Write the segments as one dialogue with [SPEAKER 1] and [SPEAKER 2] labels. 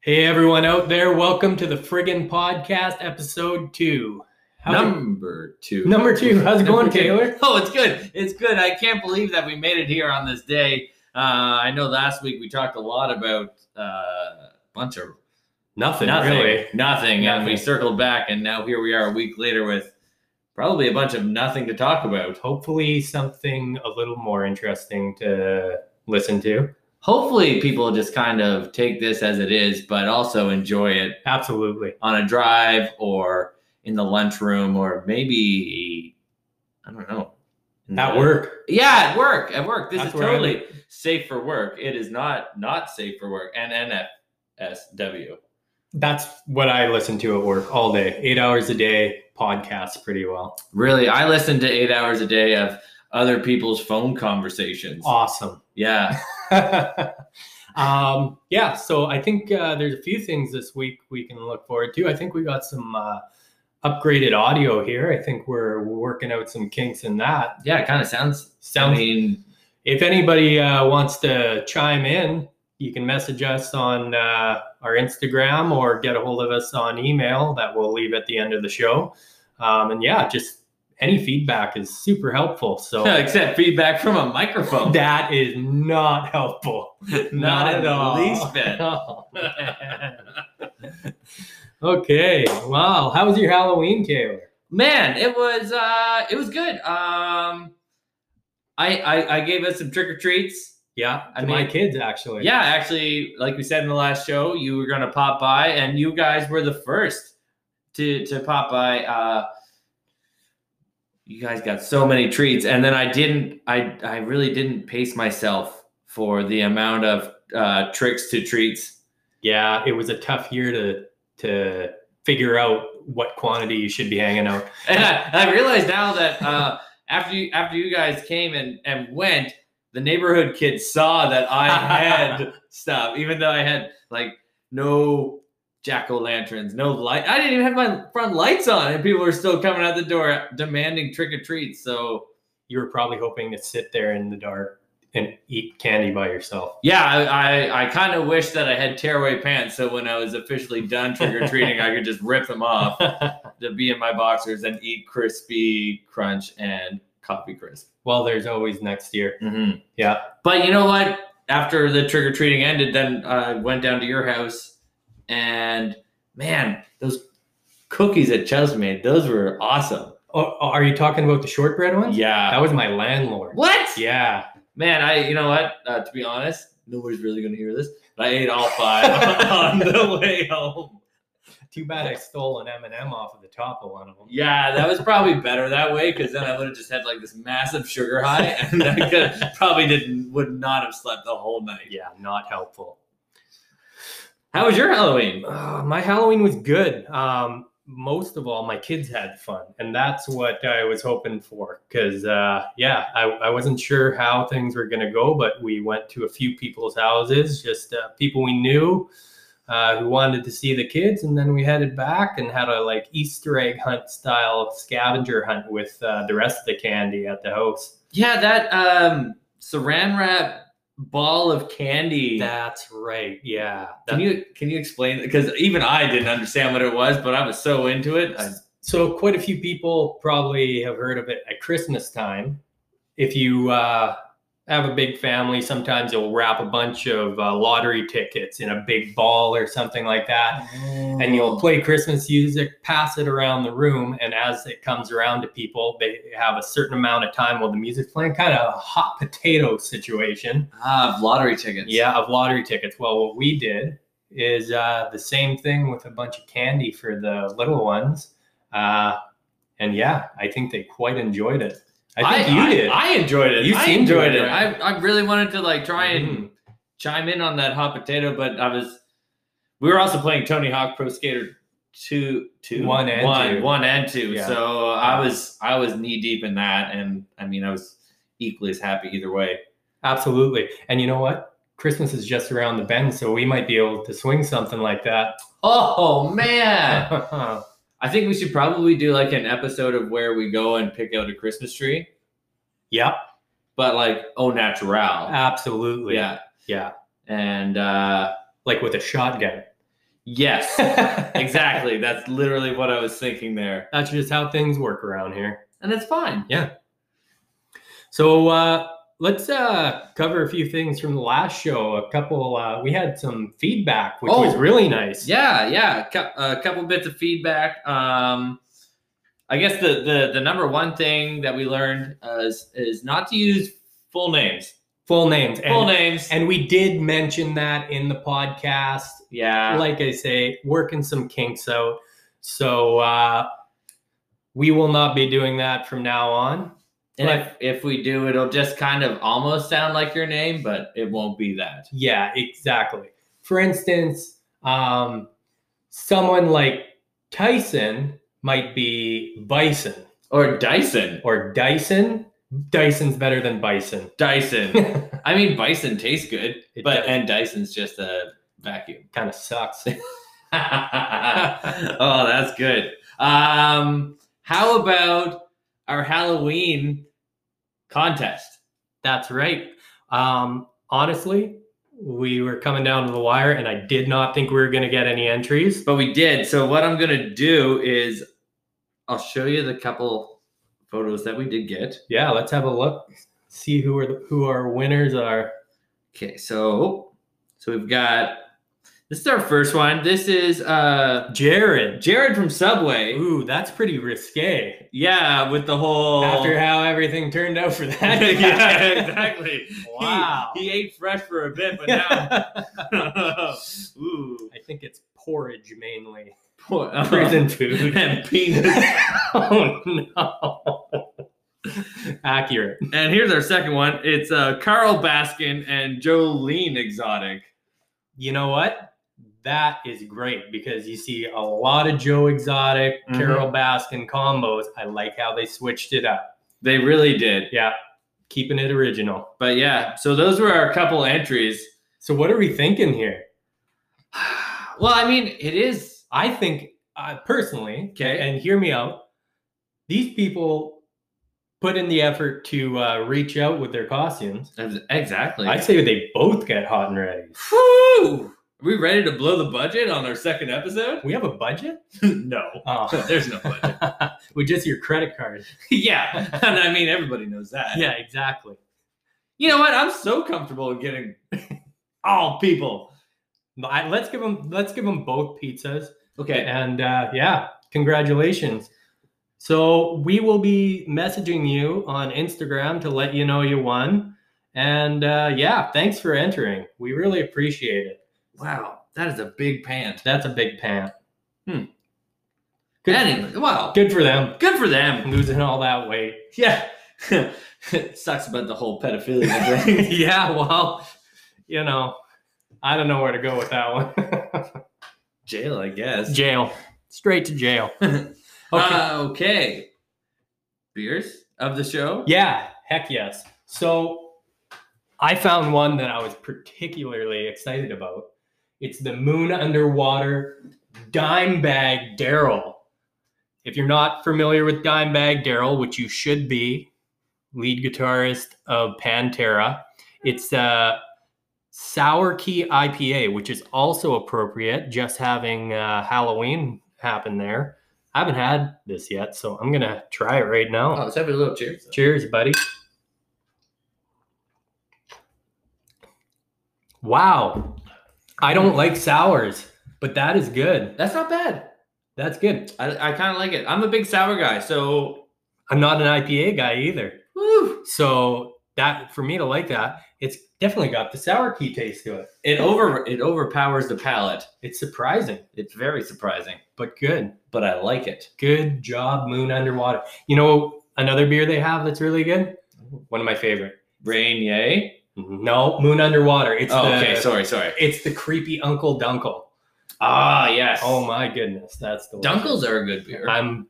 [SPEAKER 1] Hey, everyone out there, welcome to the Friggin' Podcast, episode two. How's it-
[SPEAKER 2] number two.
[SPEAKER 1] Number two. How's it going,
[SPEAKER 2] Number two.
[SPEAKER 1] Taylor?
[SPEAKER 2] Oh, it's good. It's good. I can't believe that we made it here on this day. Uh, I know last week we talked a lot about uh, a bunch of
[SPEAKER 1] nothing,
[SPEAKER 2] nothing, nothing, and
[SPEAKER 1] Nothing.
[SPEAKER 2] we circled back, and now here we are a week later with probably a bunch of nothing to talk about.
[SPEAKER 1] Hopefully, something a little more interesting to listen to.
[SPEAKER 2] Hopefully, people just kind of take this as it is, but also enjoy it
[SPEAKER 1] Absolutely.
[SPEAKER 2] on a drive or in the lunchroom or maybe I don't know. in
[SPEAKER 1] At
[SPEAKER 2] the-
[SPEAKER 1] work.
[SPEAKER 2] Yeah, at work. At work. This
[SPEAKER 1] That's
[SPEAKER 2] is
[SPEAKER 1] where I
[SPEAKER 2] totally safe for work. It is not not safe for work. And NFSW.
[SPEAKER 1] That's what I listen to at work all day, eight hours a day, podcasts pretty well.
[SPEAKER 2] Really, I listen to eight hours a day of other people's phone conversations.
[SPEAKER 1] Awesome.
[SPEAKER 2] Yeah.
[SPEAKER 1] um, yeah, so I think uh, there's a few things this week we can look forward to. I think we got some uh, upgraded audio here. I think we're working out some kinks in that.
[SPEAKER 2] Yeah, it kind of sounds
[SPEAKER 1] Sounds.
[SPEAKER 2] I mean,
[SPEAKER 1] if anybody uh, wants to chime in, you can message us on uh, our Instagram or get a hold of us on email that we'll leave at the end of the show. Um, and yeah, just any feedback is super helpful. So
[SPEAKER 2] except feedback from a microphone.
[SPEAKER 1] that is not helpful.
[SPEAKER 2] not,
[SPEAKER 1] Not
[SPEAKER 2] in
[SPEAKER 1] at
[SPEAKER 2] the
[SPEAKER 1] all.
[SPEAKER 2] least bit.
[SPEAKER 1] Oh, man. okay. Wow. How was your Halloween, Taylor?
[SPEAKER 2] man it was uh it was good um i i, I gave us some trick-or-treats
[SPEAKER 1] Yeah.
[SPEAKER 2] I
[SPEAKER 1] To my
[SPEAKER 2] mean-
[SPEAKER 1] kids, actually.
[SPEAKER 2] yeah actually like we said in the last show you were gonna pop by and you guys were the first to to pop by uh you guys got so many treats and then i didn't i i really didn't pace myself for the amount of uh tricks to treats
[SPEAKER 1] Yeah. It was a tough year to to figure out what quantity you should be hanging out.
[SPEAKER 2] and I, I realize now that uh, after you after you guys came and and went, the neighborhood kids saw that I had stuff, even though I had like no jack o' lanterns, no light. I didn't even have my front lights on, and people were still coming out the door demanding trick or treats. So
[SPEAKER 1] You were probably hoping to sit there in the dark and eat candy by yourself.
[SPEAKER 2] yeah, I I, I kind of wish that I had tearaway pants, so when I was officially done trick or treating, I could just rip them off to be in my boxers and eat crispy crunch and coffee crisp.
[SPEAKER 1] well, there's always next year.
[SPEAKER 2] Mm-hmm.
[SPEAKER 1] Yeah.
[SPEAKER 2] But you know what? After the trick or treating ended, then I went down to your house, and man, those cookies that Chubs made, those were awesome.
[SPEAKER 1] Oh, are you talking about the shortbread ones? That
[SPEAKER 2] Yeah.
[SPEAKER 1] was my landlord.
[SPEAKER 2] What?
[SPEAKER 1] Yeah.
[SPEAKER 2] Man, I you know what? Uh, to be honest, nobody's really gonna hear this. But I ate all five on the way home.
[SPEAKER 1] Too bad I stole an M&M off of the top of one of them.
[SPEAKER 2] Yeah, that was probably better that way because then I would have just had like this massive sugar high, and I could probably didn't would not have slept the whole night.
[SPEAKER 1] Yeah, not helpful.
[SPEAKER 2] How was your Halloween?
[SPEAKER 1] Uh, my Halloween was good. Um, most of all, my kids had fun, and that's what I was hoping for. Because uh, yeah, I, I wasn't sure how things were gonna go, but we went to a few people's houses, just uh, people we knew uh, who wanted to see the kids, and then we headed back and had a like Easter egg hunt style scavenger hunt with uh, the rest of the candy at the house.
[SPEAKER 2] Yeah, that um saran wrap ball of candy.
[SPEAKER 1] That's right. Yeah.
[SPEAKER 2] can you can you explain? Because even I didn't understand what it was, but I was so into it. I-
[SPEAKER 1] So, quite a few people probably have heard of it at Christmas time. If you uh, have a big family, sometimes you'll wrap a bunch of uh, lottery tickets in a big ball or something like that.
[SPEAKER 2] Oh.
[SPEAKER 1] And you'll play Christmas music, pass it around the room. And as it comes around to people, they have a certain amount of time while the music's playing, kind of a hot potato situation.
[SPEAKER 2] ah lottery tickets.
[SPEAKER 1] Yeah, of lottery tickets. Well, what we did is uh, the same thing with a bunch of candy for the little ones. Uh, and yeah, I think they quite enjoyed it. I think you did.
[SPEAKER 2] I enjoyed it.
[SPEAKER 1] You
[SPEAKER 2] I
[SPEAKER 1] seemed to
[SPEAKER 2] enjoyed it.
[SPEAKER 1] enjoy it.
[SPEAKER 2] I I really wanted to like try and
[SPEAKER 1] Mhm.
[SPEAKER 2] chime in on that hot potato, but I was. We were also playing Tony Hawk Pro Skater two, two,
[SPEAKER 1] One and
[SPEAKER 2] one,
[SPEAKER 1] two.
[SPEAKER 2] one and two.
[SPEAKER 1] Yeah.
[SPEAKER 2] So I was I was knee deep in that, and I mean I was equally as happy either way.
[SPEAKER 1] Absolutely. And you know what? Christmas is just around the bend, so we might be able to swing something like that.
[SPEAKER 2] Oh man! I think we should probably do like an episode of where we go and pick out a Christmas tree,
[SPEAKER 1] yep,
[SPEAKER 2] but like oh natural,
[SPEAKER 1] absolutely.
[SPEAKER 2] yeah,
[SPEAKER 1] Yeah.
[SPEAKER 2] and uh,
[SPEAKER 1] Like with a shotgun.
[SPEAKER 2] Yes,
[SPEAKER 1] That's
[SPEAKER 2] exactly. That's literally what I was thinking there.
[SPEAKER 1] just how things work around here.
[SPEAKER 2] And it's fine.
[SPEAKER 1] So uh, let's uh, cover a few things from the last show. A couple, uh, we had some feedback, which
[SPEAKER 2] Oh.
[SPEAKER 1] was really nice.
[SPEAKER 2] Yeah, yeah. A cou- A couple bits of feedback. Um, I guess the, the the number one thing that we learned uh, is is not to use full names.
[SPEAKER 1] Full names. And,
[SPEAKER 2] full names.
[SPEAKER 1] and we did mention that in the podcast.
[SPEAKER 2] yeah.
[SPEAKER 1] like I say, working some kinks out. So uh, we will not be doing that from now on.
[SPEAKER 2] and if, if we do, it'll just kind of almost sound like your name, but it won't be that.
[SPEAKER 1] Yeah, exactly. For instance, um, someone like Tyson might be Bison
[SPEAKER 2] Or Dyson.
[SPEAKER 1] or Dyson. Dyson's better than Bison.
[SPEAKER 2] Dyson.
[SPEAKER 1] kind
[SPEAKER 2] I mean, Bison tastes good,
[SPEAKER 1] It
[SPEAKER 2] but
[SPEAKER 1] does.
[SPEAKER 2] and Dyson's just a vacuum.
[SPEAKER 1] of sucks.
[SPEAKER 2] oh, that's good. Um, how about our Halloween contest?
[SPEAKER 1] That's right. Um, honestly, we were coming down to the wire, and I did not think we were going to get any entries.
[SPEAKER 2] But we did. So what I'm gonna do is, I'll show you the couple photos that we did get.
[SPEAKER 1] yeah, let's have a look. See who are the, who our winners are.
[SPEAKER 2] Okay, so so we've got this is our first one. This is uh
[SPEAKER 1] Jared.
[SPEAKER 2] Jared from Subway.
[SPEAKER 1] Ooh, that's pretty risque.
[SPEAKER 2] Yeah, with the whole
[SPEAKER 1] After how everything turned out for that. guy.
[SPEAKER 2] yeah, exactly.
[SPEAKER 1] Wow.
[SPEAKER 2] He, he ate fresh for a bit, but now ooh,
[SPEAKER 1] I think it's porridge mainly.
[SPEAKER 2] poor,
[SPEAKER 1] Prison food.
[SPEAKER 2] and penis.
[SPEAKER 1] oh no. Accurate.
[SPEAKER 2] and here's our second one. It's uh, Carl Baskin and Jolene Exotic.
[SPEAKER 1] You know what? That is great because you see a lot of Joe Exotic,
[SPEAKER 2] Mhm.
[SPEAKER 1] Carol Baskin combos. I like how they switched it up,
[SPEAKER 2] They really did.
[SPEAKER 1] keeping it original.
[SPEAKER 2] But yeah, so those were our couple entries.
[SPEAKER 1] So what are we thinking here?
[SPEAKER 2] Well, I mean, it is
[SPEAKER 1] I think uh, personally,
[SPEAKER 2] Okay.
[SPEAKER 1] and hear me out. These people put in the effort to uh, reach out with their costumes.
[SPEAKER 2] exactly.
[SPEAKER 1] I say they both get hot and ready.
[SPEAKER 2] Whew! Are we ready to blow the budget on our second episode?
[SPEAKER 1] We have a budget?
[SPEAKER 2] no.
[SPEAKER 1] Oh,
[SPEAKER 2] There's no budget.
[SPEAKER 1] with just your credit card.
[SPEAKER 2] yeah. And I mean, everybody knows that.
[SPEAKER 1] Yeah, exactly.
[SPEAKER 2] You know what? I'm so comfortable in getting all people.
[SPEAKER 1] But I, let's give them. Let's give them both pizzas.
[SPEAKER 2] Okay.
[SPEAKER 1] And uh, yeah, congratulations. So we will be messaging you on Instagram to let you know you won. And uh, yeah, thanks for entering. We really appreciate it.
[SPEAKER 2] Wow. That is a big pant.
[SPEAKER 1] That's a big pant.
[SPEAKER 2] Hmm.
[SPEAKER 1] Good,
[SPEAKER 2] Anyway, wow.
[SPEAKER 1] good for them.
[SPEAKER 2] Good for them.
[SPEAKER 1] Losing all that weight.
[SPEAKER 2] Yeah. Sucks about the whole pedophilia thing.
[SPEAKER 1] yeah, well, you know, I don't know where to go with that one.
[SPEAKER 2] Jail, I guess.
[SPEAKER 1] jail. Straight to jail. okay.
[SPEAKER 2] Uh, okay. Beers of the show?
[SPEAKER 1] yeah, heck yes. So I found one that I was particularly excited about. It's the Moon Underwater Dimebag Daryl. If you're not familiar with Dimebag Daryl, which you should be, lead guitarist of Pantera, it's a sour key IPA, which is also appropriate, just having uh, Halloween happen there. I haven't had this yet, so I'm going to try it right now.
[SPEAKER 2] Oh, let's have a little cheers.
[SPEAKER 1] Cheers, buddy. Wow. I don't like sours, but that is good.
[SPEAKER 2] That's not bad.
[SPEAKER 1] That's good.
[SPEAKER 2] I, I kind of like it. I'm a big sour guy, so
[SPEAKER 1] I'm not an IPA guy either.
[SPEAKER 2] whew,
[SPEAKER 1] So that for me to like that, it's definitely got the sour key taste to it.
[SPEAKER 2] it over it overpowers the palate.
[SPEAKER 1] It's surprising,
[SPEAKER 2] It's very surprising,
[SPEAKER 1] but good.
[SPEAKER 2] but I like it.
[SPEAKER 1] Good job, Moon Underwater. You know another beer they have that's really good? One of my favorite.
[SPEAKER 2] Rainier.
[SPEAKER 1] No, Moon Underwater. It's
[SPEAKER 2] Mm-hmm. Oh,
[SPEAKER 1] the
[SPEAKER 2] okay. Sorry, sorry.
[SPEAKER 1] it's the creepy Uncle Dunkle.
[SPEAKER 2] Ah, yes.
[SPEAKER 1] Oh my goodness, that's the
[SPEAKER 2] Dunkles are a good beer.
[SPEAKER 1] I'm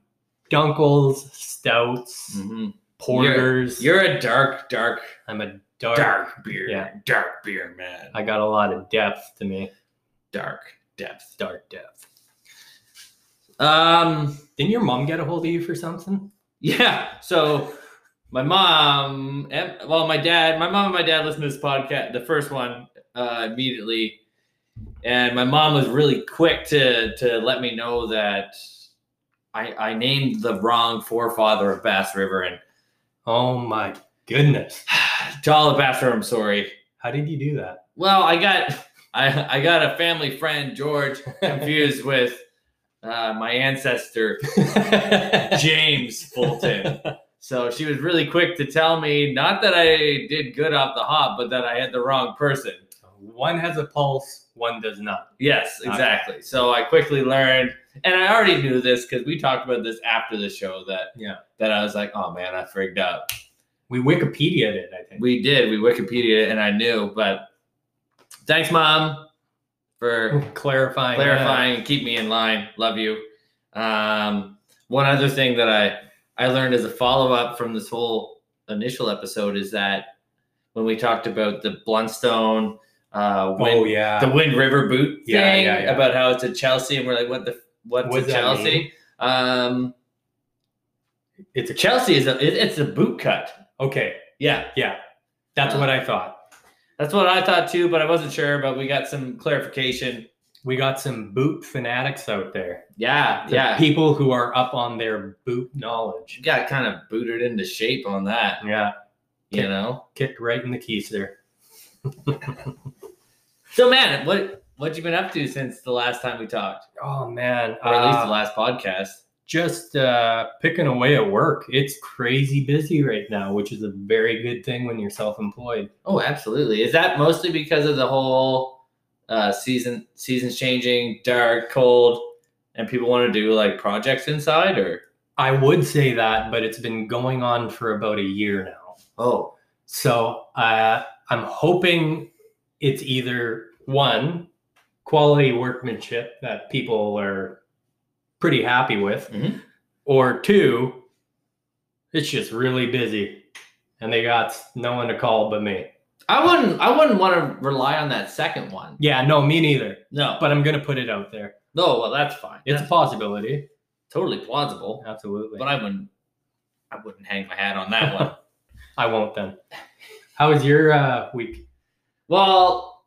[SPEAKER 1] Dunkles, stouts,
[SPEAKER 2] Mhm.
[SPEAKER 1] porters.
[SPEAKER 2] You're a dark, dark,
[SPEAKER 1] I'm a dark,
[SPEAKER 2] dark beer.
[SPEAKER 1] Yeah.
[SPEAKER 2] Dark beer, man.
[SPEAKER 1] I got a lot of depth to me.
[SPEAKER 2] Dark depth.
[SPEAKER 1] Dark depth.
[SPEAKER 2] Um.
[SPEAKER 1] Didn't your mom get a hold of you for something?
[SPEAKER 2] Yeah. So my mom, and- well, my dad, my mom and my dad listened to this podcast, the first one, uh, immediately. and my mom was really quick to to let me know that I I named the wrong forefather of Bass River and
[SPEAKER 1] Oh my goodness.
[SPEAKER 2] to all of Bass River, I'm sorry.
[SPEAKER 1] How did you do that?
[SPEAKER 2] Well, I got I I got a family friend George confused with uh, my ancestor James Fulton. So she was really quick to tell me not that I did good off the hop, but that I had the wrong person.
[SPEAKER 1] one has a pulse, one does not.
[SPEAKER 2] Yes,
[SPEAKER 1] Okay.
[SPEAKER 2] exactly. So I quickly learned, and I already knew this because we talked about this after the show. That
[SPEAKER 1] Yeah.
[SPEAKER 2] that I was like, oh man, I frigged up.
[SPEAKER 1] We Wikipedia it, I think.
[SPEAKER 2] We did. We Wikipedia, and I knew. But thanks, mom, for
[SPEAKER 1] clarifying.
[SPEAKER 2] clarifying and keep me in line. Love you. Um, one other thing that I I learned as a follow up from this whole initial episode is that when we talked about the Bluntstone uh,
[SPEAKER 1] that.
[SPEAKER 2] wind
[SPEAKER 1] Oh yeah.
[SPEAKER 2] the Wind River boot thing
[SPEAKER 1] Yeah, yeah, yeah.
[SPEAKER 2] about how it's at Chelsea, and we're like, what the what's
[SPEAKER 1] What
[SPEAKER 2] a
[SPEAKER 1] does that
[SPEAKER 2] Chelsea? Um,
[SPEAKER 1] it's a
[SPEAKER 2] Chelsea is a it, it's a boot cut.
[SPEAKER 1] Okay.
[SPEAKER 2] Yeah,
[SPEAKER 1] Yeah. That's
[SPEAKER 2] Uh,
[SPEAKER 1] what I thought.
[SPEAKER 2] that's what I thought too, but I wasn't sure. But we got some clarification.
[SPEAKER 1] We got some boot fanatics out there.
[SPEAKER 2] Yeah,
[SPEAKER 1] The
[SPEAKER 2] yeah,
[SPEAKER 1] People who are up on their boot knowledge.
[SPEAKER 2] got kind of booted into shape on that,
[SPEAKER 1] Yeah.
[SPEAKER 2] you know.
[SPEAKER 1] Kicked right in the keys there.
[SPEAKER 2] So man, what what you been up to since the last time we talked,
[SPEAKER 1] Oh man.
[SPEAKER 2] or at least
[SPEAKER 1] Uh,
[SPEAKER 2] the last podcast?
[SPEAKER 1] just uh, picking away at work. It's crazy busy right now, which is a very good thing when you're self-employed.
[SPEAKER 2] Oh, absolutely. Is that mostly because of the whole uh, season seasons changing, dark, cold, and people want to do like projects inside? Or
[SPEAKER 1] I would say that, but it's been going on for about a year now.
[SPEAKER 2] oh,
[SPEAKER 1] So uh, I'm hoping it's either one quality workmanship that people are pretty happy with,
[SPEAKER 2] Mhm.
[SPEAKER 1] or two, it's just really busy, and they got no one to call but me.
[SPEAKER 2] I wouldn't. I wouldn't want to rely on that second one.
[SPEAKER 1] Yeah, no, me neither.
[SPEAKER 2] No,
[SPEAKER 1] But I'm gonna put it out there.
[SPEAKER 2] no. Well, that's fine.
[SPEAKER 1] It's
[SPEAKER 2] It's
[SPEAKER 1] a possibility.
[SPEAKER 2] totally plausible.
[SPEAKER 1] Absolutely.
[SPEAKER 2] But I wouldn't. I wouldn't hang my hat on that one.
[SPEAKER 1] I won't then. How was your uh, week?
[SPEAKER 2] Well,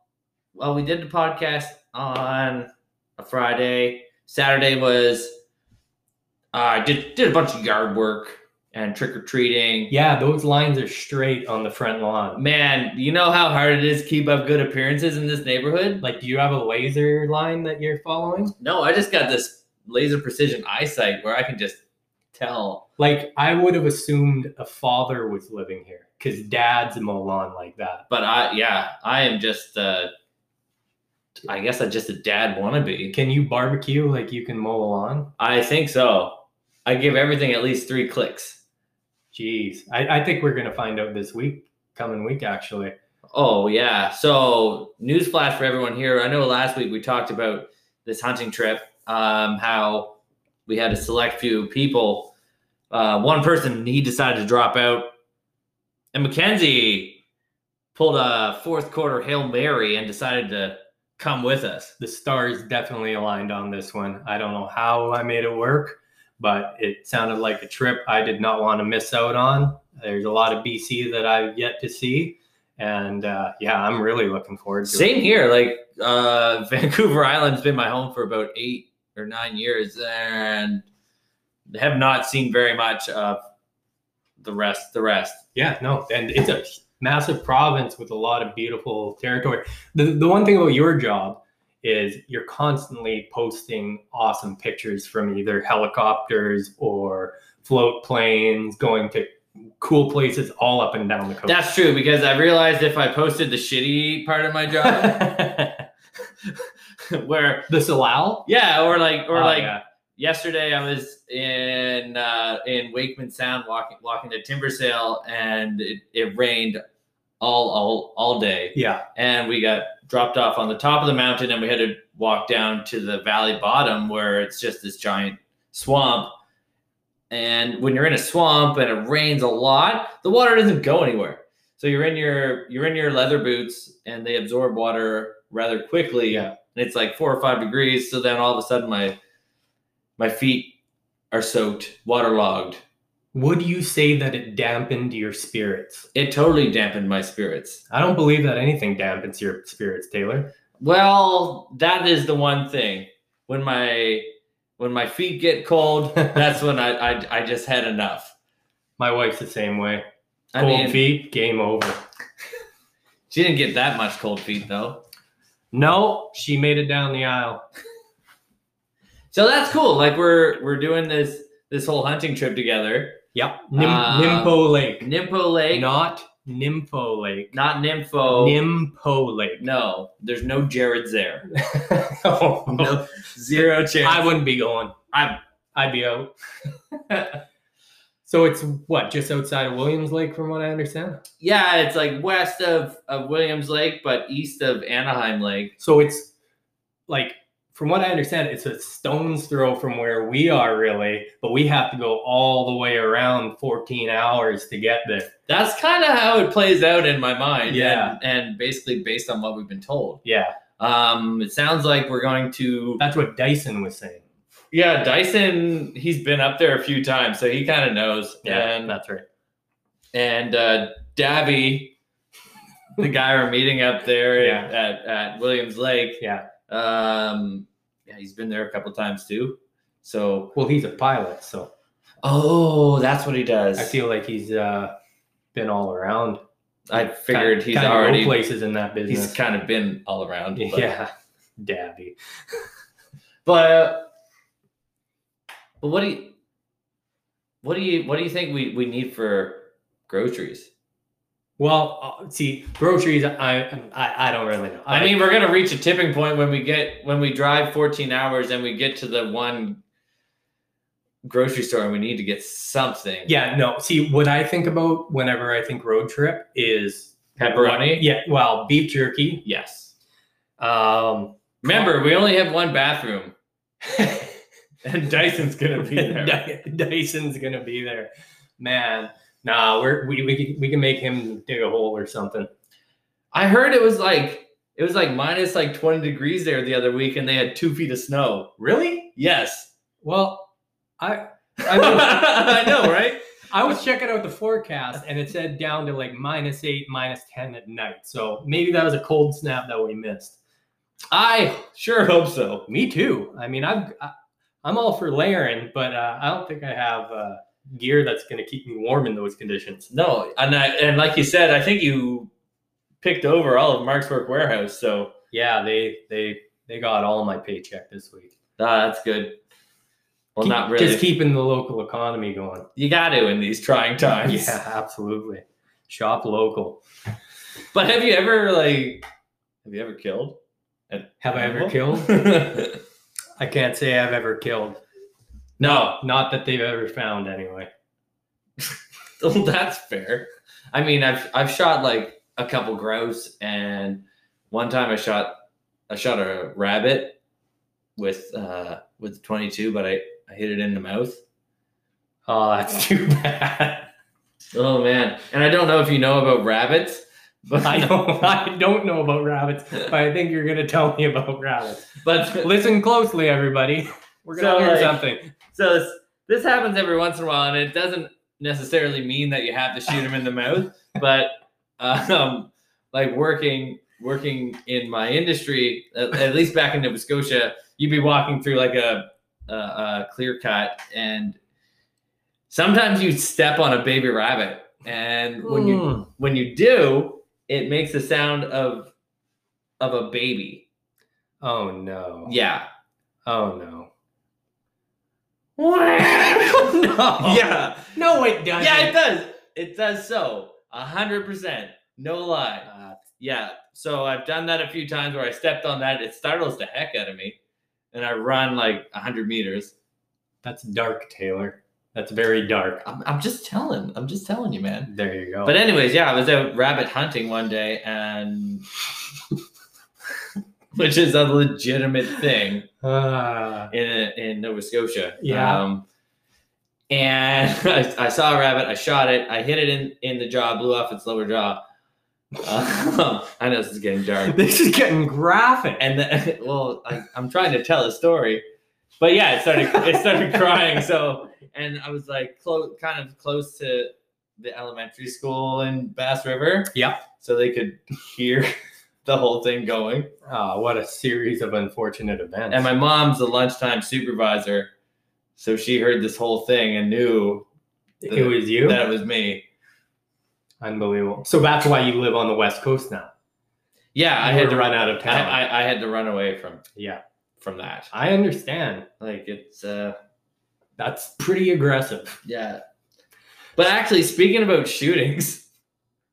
[SPEAKER 2] well, we did the podcast on a Friday. Saturday was I did did a bunch of yard work and trick or treating.
[SPEAKER 1] Yeah, those lines are straight on the front lawn.
[SPEAKER 2] Man, you know how hard it is to keep up good appearances in this neighborhood?
[SPEAKER 1] Like, do you have a laser line that you're following?
[SPEAKER 2] No, I just got this laser precision eyesight where I can just tell.
[SPEAKER 1] Like, I would have assumed a father was living here because dads mow lawn like that.
[SPEAKER 2] But I yeah, I am just uh I guess I'm just a dad wannabe.
[SPEAKER 1] Can you barbecue like you can mow a lawn?
[SPEAKER 2] I think so. I give everything at least three clicks.
[SPEAKER 1] Jeez, I, I think we're gonna find out this week, coming week actually.
[SPEAKER 2] Oh yeah. So newsflash for everyone here. I know last week we talked about this hunting trip, um, how we had a select few people. Uh, one person he decided to drop out, and Mackenzie pulled a fourth quarter hail mary and decided to come with us.
[SPEAKER 1] The stars definitely aligned on this one. I don't know how I made it work, but it sounded like a trip I did not want to miss out on. There's a lot of BC that I've yet to see. And uh, yeah, I'm really looking forward to it.
[SPEAKER 2] Same here. Like uh, Vancouver Island's been my home for about eight or nine years, and have not seen very much of the rest. The rest.
[SPEAKER 1] Yeah, no, and it's a massive province with a lot of beautiful territory. The, the one thing about your job is you're constantly posting awesome pictures from either helicopters or float planes going to cool places all up and down the coast.
[SPEAKER 2] That's true because I realized if I posted the shitty part of my job, where
[SPEAKER 1] the Salal?
[SPEAKER 2] yeah, or like or
[SPEAKER 1] Oh,
[SPEAKER 2] like
[SPEAKER 1] yeah.
[SPEAKER 2] yesterday I was in uh, in Wakeman Sound walking walking to timber sale and it, it rained all all all day
[SPEAKER 1] yeah,
[SPEAKER 2] and we got dropped off on the top of the mountain and we had to walk down to the valley bottom where it's just this giant swamp. And when you're in a swamp and it rains a lot, the water doesn't go anywhere. So you're in your you're in your leather boots and they absorb water rather quickly.
[SPEAKER 1] Yeah.
[SPEAKER 2] And it's like four or five degrees. So then all of a sudden my my feet are soaked, waterlogged.
[SPEAKER 1] Would you say that it dampened your spirits?
[SPEAKER 2] It totally dampened my spirits.
[SPEAKER 1] I don't believe that anything dampens your spirits, Taylor.
[SPEAKER 2] Well, that is the one thing. When my when my feet get cold, that's when I I, I just had enough.
[SPEAKER 1] My wife's the same way.
[SPEAKER 2] I
[SPEAKER 1] Cold
[SPEAKER 2] mean,
[SPEAKER 1] feet, game over.
[SPEAKER 2] she didn't get that much cold feet though.
[SPEAKER 1] No, she made it down the aisle.
[SPEAKER 2] So that's cool. Like we're we're doing this this whole hunting trip together.
[SPEAKER 1] Yep. Nim-
[SPEAKER 2] Uh,
[SPEAKER 1] Nimpo Lake.
[SPEAKER 2] Nimpo Lake, Oh.
[SPEAKER 1] Not Nympho Lake.
[SPEAKER 2] not Nympho.
[SPEAKER 1] Nimpo Lake.
[SPEAKER 2] no, there's no Jared's there.
[SPEAKER 1] Oh,
[SPEAKER 2] No, zero chance.
[SPEAKER 1] I wouldn't be going.
[SPEAKER 2] I'm-
[SPEAKER 1] I'd be out. so it's what, just outside of Williams Lake, from what I understand?
[SPEAKER 2] yeah, it's like west of, of Williams Lake, but east of Anaheim Lake.
[SPEAKER 1] So it's like, from what I understand, it's a stone's throw from where we are, really, but we have to go all the way around 14 hours to get there.
[SPEAKER 2] That's kind of how it plays out in my mind.
[SPEAKER 1] Yeah.
[SPEAKER 2] And, and basically based on what we've been told.
[SPEAKER 1] Yeah,
[SPEAKER 2] Um, it sounds like we're going to.
[SPEAKER 1] that's what Dyson was saying.
[SPEAKER 2] Yeah, Dyson, he's been up there a few times, so he kind of knows. And,
[SPEAKER 1] that's right.
[SPEAKER 2] and uh, Dabby, the guy we're meeting up there
[SPEAKER 1] Yeah.
[SPEAKER 2] at, at Williams Lake,
[SPEAKER 1] Yeah.
[SPEAKER 2] um, yeah, he's been there a couple times too. So,
[SPEAKER 1] Well, he's a pilot, so
[SPEAKER 2] oh, that's what he does.
[SPEAKER 1] I feel like he's uh, been all around.
[SPEAKER 2] I figured
[SPEAKER 1] Kind-
[SPEAKER 2] he's
[SPEAKER 1] kind of
[SPEAKER 2] already
[SPEAKER 1] places in that business.
[SPEAKER 2] he's kind of been all around. But,
[SPEAKER 1] yeah, Dabby.
[SPEAKER 2] but but what do you what do you what do you think we we need for groceries?
[SPEAKER 1] Well, uh, see, groceries. I I, I don't really know.
[SPEAKER 2] I mean, we're gonna reach a tipping point when we get when we drive 14 hours and we get to the one grocery store and we need to get something.
[SPEAKER 1] yeah, no. See, what I think about whenever I think road trip is
[SPEAKER 2] pepperoni.
[SPEAKER 1] yeah, well, beef jerky.
[SPEAKER 2] Yes.
[SPEAKER 1] Um,
[SPEAKER 2] Remember, we only have one bathroom, and Dyson's gonna be there.
[SPEAKER 1] Dy- Dyson's gonna be there, man. Nah, we're we we can, we can make him dig a hole or something.
[SPEAKER 2] I heard it was like it was like minus like 20 degrees there the other week, and they had two feet of snow.
[SPEAKER 1] Really?
[SPEAKER 2] Yes,
[SPEAKER 1] Well, I
[SPEAKER 2] I, know, right?
[SPEAKER 1] I was checking out the forecast and it said down to like minus eight, minus ten at night. So maybe that was a cold snap that we missed.
[SPEAKER 2] I sure hope so.
[SPEAKER 1] Me too. I mean, I've, I, I'm all for layering, but uh, I don't think I have uh, gear that's going to keep me warm in those conditions.
[SPEAKER 2] No, and I, and like you said, I think you picked over all of Mark's Work Warehouse, so
[SPEAKER 1] Yeah, they they they got all my paycheck this week.
[SPEAKER 2] ah, that's good. Well,
[SPEAKER 1] Keep-
[SPEAKER 2] not really.
[SPEAKER 1] Just keeping the local economy going.
[SPEAKER 2] you got to in these trying times.
[SPEAKER 1] Yeah, absolutely. Shop local.
[SPEAKER 2] But have you ever like have you ever killed?
[SPEAKER 1] Have I ever killed? I can't say I've ever killed.
[SPEAKER 2] no,
[SPEAKER 1] Not that they've ever found, anyway.
[SPEAKER 2] Well, that's fair. I mean, I've I've shot like a couple grouse, and one time I shot I shot a rabbit with uh with twenty two, but I I hit it in the mouth.
[SPEAKER 1] Oh, that's too bad.
[SPEAKER 2] Oh man! And I don't know if you know about rabbits, but
[SPEAKER 1] I don't, I don't know about rabbits, but I think you're going to tell me about rabbits.
[SPEAKER 2] But
[SPEAKER 1] Listen closely, everybody. We're going to
[SPEAKER 2] So,
[SPEAKER 1] learn
[SPEAKER 2] like,
[SPEAKER 1] something.
[SPEAKER 2] so this, this happens every once in a while, and it doesn't necessarily mean that you have to shoot them in the mouth. But um, like working working in my industry, at, at least back in Nova Scotia, you'd be walking through like a, a, a clear cut, and sometimes you step on a baby rabbit, and when you
[SPEAKER 1] Mm.
[SPEAKER 2] when you do, it makes the sound of of a baby.
[SPEAKER 1] oh no
[SPEAKER 2] Yeah.
[SPEAKER 1] oh no Oh,
[SPEAKER 2] no. Yeah.
[SPEAKER 1] no it doesn't
[SPEAKER 2] Yeah, it does. It does so. A hundred percent. No lie.
[SPEAKER 1] Uh,
[SPEAKER 2] Yeah. So I've done that a few times where I stepped on that. It startles the heck out of me. And I run like a hundred meters.
[SPEAKER 1] that's dark taylor that's very dark
[SPEAKER 2] I'm, I'm just telling. I'm just telling you, man.
[SPEAKER 1] there you go
[SPEAKER 2] But anyways, yeah, I was out rabbit hunting one day and which is a legitimate thing
[SPEAKER 1] Ah,
[SPEAKER 2] in in Nova Scotia.
[SPEAKER 1] Yeah.
[SPEAKER 2] Um, and I, I saw a rabbit. I shot it. I hit it in in the jaw. Blew off its lower jaw. Um, I know this is getting dark.
[SPEAKER 1] this is getting graphic
[SPEAKER 2] And the, well, I, I'm trying to tell a story, but yeah, it started it started crying. So and I was like close, kind of close to the elementary school in Bass River.
[SPEAKER 1] Yeah.
[SPEAKER 2] So they could hear the whole thing going.
[SPEAKER 1] Ah, what a series of unfortunate events.
[SPEAKER 2] And my mom's the lunchtime supervisor, so she heard this whole thing and knew
[SPEAKER 1] it was you.
[SPEAKER 2] that it was me.
[SPEAKER 1] Unbelievable. So that's why you live on the West Coast now.
[SPEAKER 2] Yeah, I
[SPEAKER 1] You
[SPEAKER 2] had
[SPEAKER 1] were
[SPEAKER 2] to run.
[SPEAKER 1] run out of
[SPEAKER 2] I,
[SPEAKER 1] town.
[SPEAKER 2] I, I had to run away from
[SPEAKER 1] yeah,
[SPEAKER 2] from that.
[SPEAKER 1] I understand.
[SPEAKER 2] Like it's uh
[SPEAKER 1] That's pretty aggressive.
[SPEAKER 2] yeah. But actually, speaking about shootings,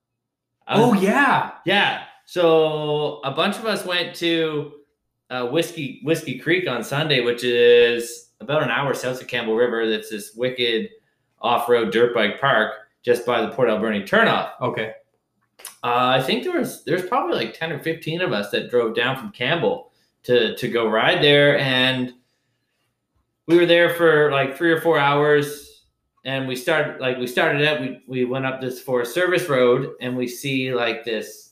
[SPEAKER 2] I was-
[SPEAKER 1] oh yeah,
[SPEAKER 2] Yeah. So a bunch of us went to uh, Whiskey Whiskey Creek on Sunday, which is about an hour south of Campbell River. That's this wicked off-road dirt bike park just by the Port Alberni turnoff.
[SPEAKER 1] okay.
[SPEAKER 2] Uh, I think there was there's probably like ten or fifteen of us that drove down from Campbell to to go ride there, and we were there for like three or four hours. And we started like we started out. We we went up this Forest Service road, and we see like this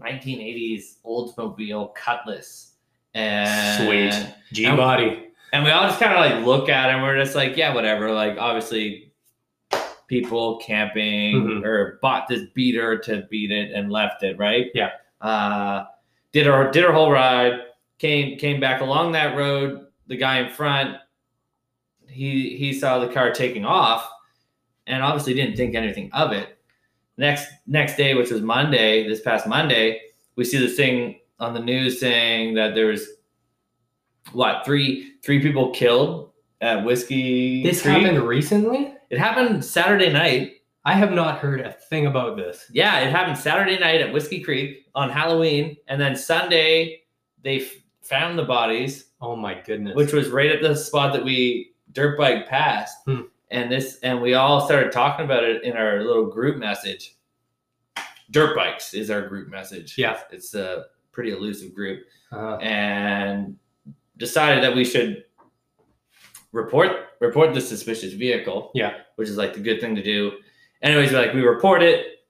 [SPEAKER 2] 1980s Oldsmobile Cutlass. And
[SPEAKER 1] Sweet. G body.
[SPEAKER 2] and we all just kind of like look at him. We're just like, yeah, whatever. Like, obviously, people camping
[SPEAKER 1] Mhm.
[SPEAKER 2] or bought this beater to beat it and left it, right?
[SPEAKER 1] Yeah.
[SPEAKER 2] Uh, did our did our whole ride. Came came back along that road. The guy in front, he he saw the car taking off, and obviously didn't think anything of it. Next next day, which was Monday, this past Monday, we see this thing on the news saying that there was what three three people killed at whiskey.
[SPEAKER 1] This
[SPEAKER 2] Creek.
[SPEAKER 1] happened recently.
[SPEAKER 2] It happened Saturday night.
[SPEAKER 1] I have not heard a thing about this.
[SPEAKER 2] Yeah, it happened Saturday night at Whiskey Creek on Halloween, and then Sunday they f- found the bodies,
[SPEAKER 1] Oh my goodness.
[SPEAKER 2] which was right at the spot that we dirt bike passed.
[SPEAKER 1] Hmm.
[SPEAKER 2] And this, and we all started talking about it in our little group message. Dirt bikes is our group message.
[SPEAKER 1] Yeah.
[SPEAKER 2] it's a pretty elusive group,
[SPEAKER 1] Uh,
[SPEAKER 2] and decided that we should report report the suspicious vehicle
[SPEAKER 1] yeah.
[SPEAKER 2] which is like the good thing to do. Anyways, like we report it,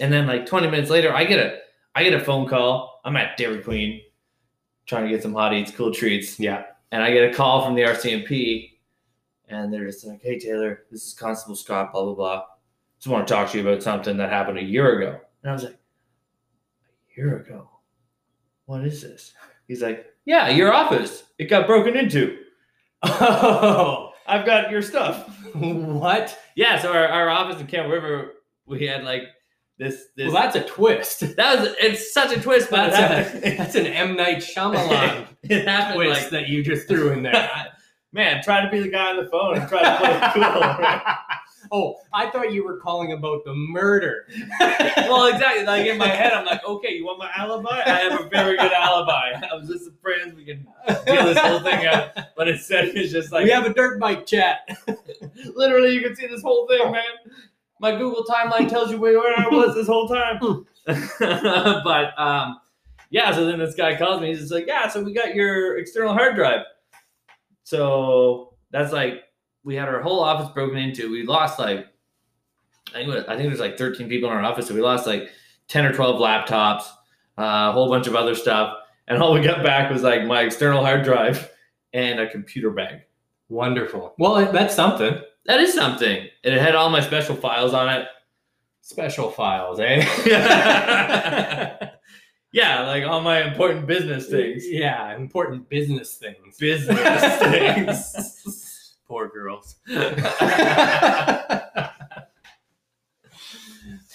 [SPEAKER 2] and then like 20 minutes later, I get a I get a phone call. I'm at Dairy Queen, trying to get some hot eats, cool treats.
[SPEAKER 1] Yeah.
[SPEAKER 2] And I get a call from the RCMP, and they're just like, "Hey Taylor, this is Constable Scott. Blah blah blah. Just want to talk to you about something that happened a year ago." And I was like, "A year ago? What is this?" He's like, "Yeah, your office. It got broken into.
[SPEAKER 1] Oh,
[SPEAKER 2] I've got your stuff."
[SPEAKER 1] what?
[SPEAKER 2] Yeah, so our, our office in Camp River, we had like this this
[SPEAKER 1] Well, that's a twist.
[SPEAKER 2] that was it's such a twist, but it
[SPEAKER 1] That's,
[SPEAKER 2] happened,
[SPEAKER 1] a, that's an M Night Shyamalan
[SPEAKER 2] it happened
[SPEAKER 1] twist
[SPEAKER 2] like
[SPEAKER 1] that you just threw in there.
[SPEAKER 2] man, try to be the guy on the phone and try to play it cool. right?
[SPEAKER 1] oh, I thought you were calling about the murder.
[SPEAKER 2] well, exactly. Like in my head, I'm like, okay, you want my alibi? I have a very good alibi. I was just surprised we can deal this whole thing out. But instead it's just like
[SPEAKER 1] we have a dirt bike chat.
[SPEAKER 2] literally you can see this whole thing, man. My Google timeline tells you where I was this whole time. but um, yeah, so then this guy calls me. He's just like, "Yeah, so we got your external hard drive." So that's like we had our whole office broken into. We lost like I think it was- I think there's like 13 people in our office, so we lost like 10 or 12 laptops, uh, a whole bunch of other stuff, and all we got back was like my external hard drive and a computer bag.
[SPEAKER 1] Wonderful. Well, that's something.
[SPEAKER 2] That is something. And It had all my special files on it.
[SPEAKER 1] Special files, eh?
[SPEAKER 2] yeah, like all my important business things.
[SPEAKER 1] Yeah, important business things.
[SPEAKER 2] Business things. Poor girls. but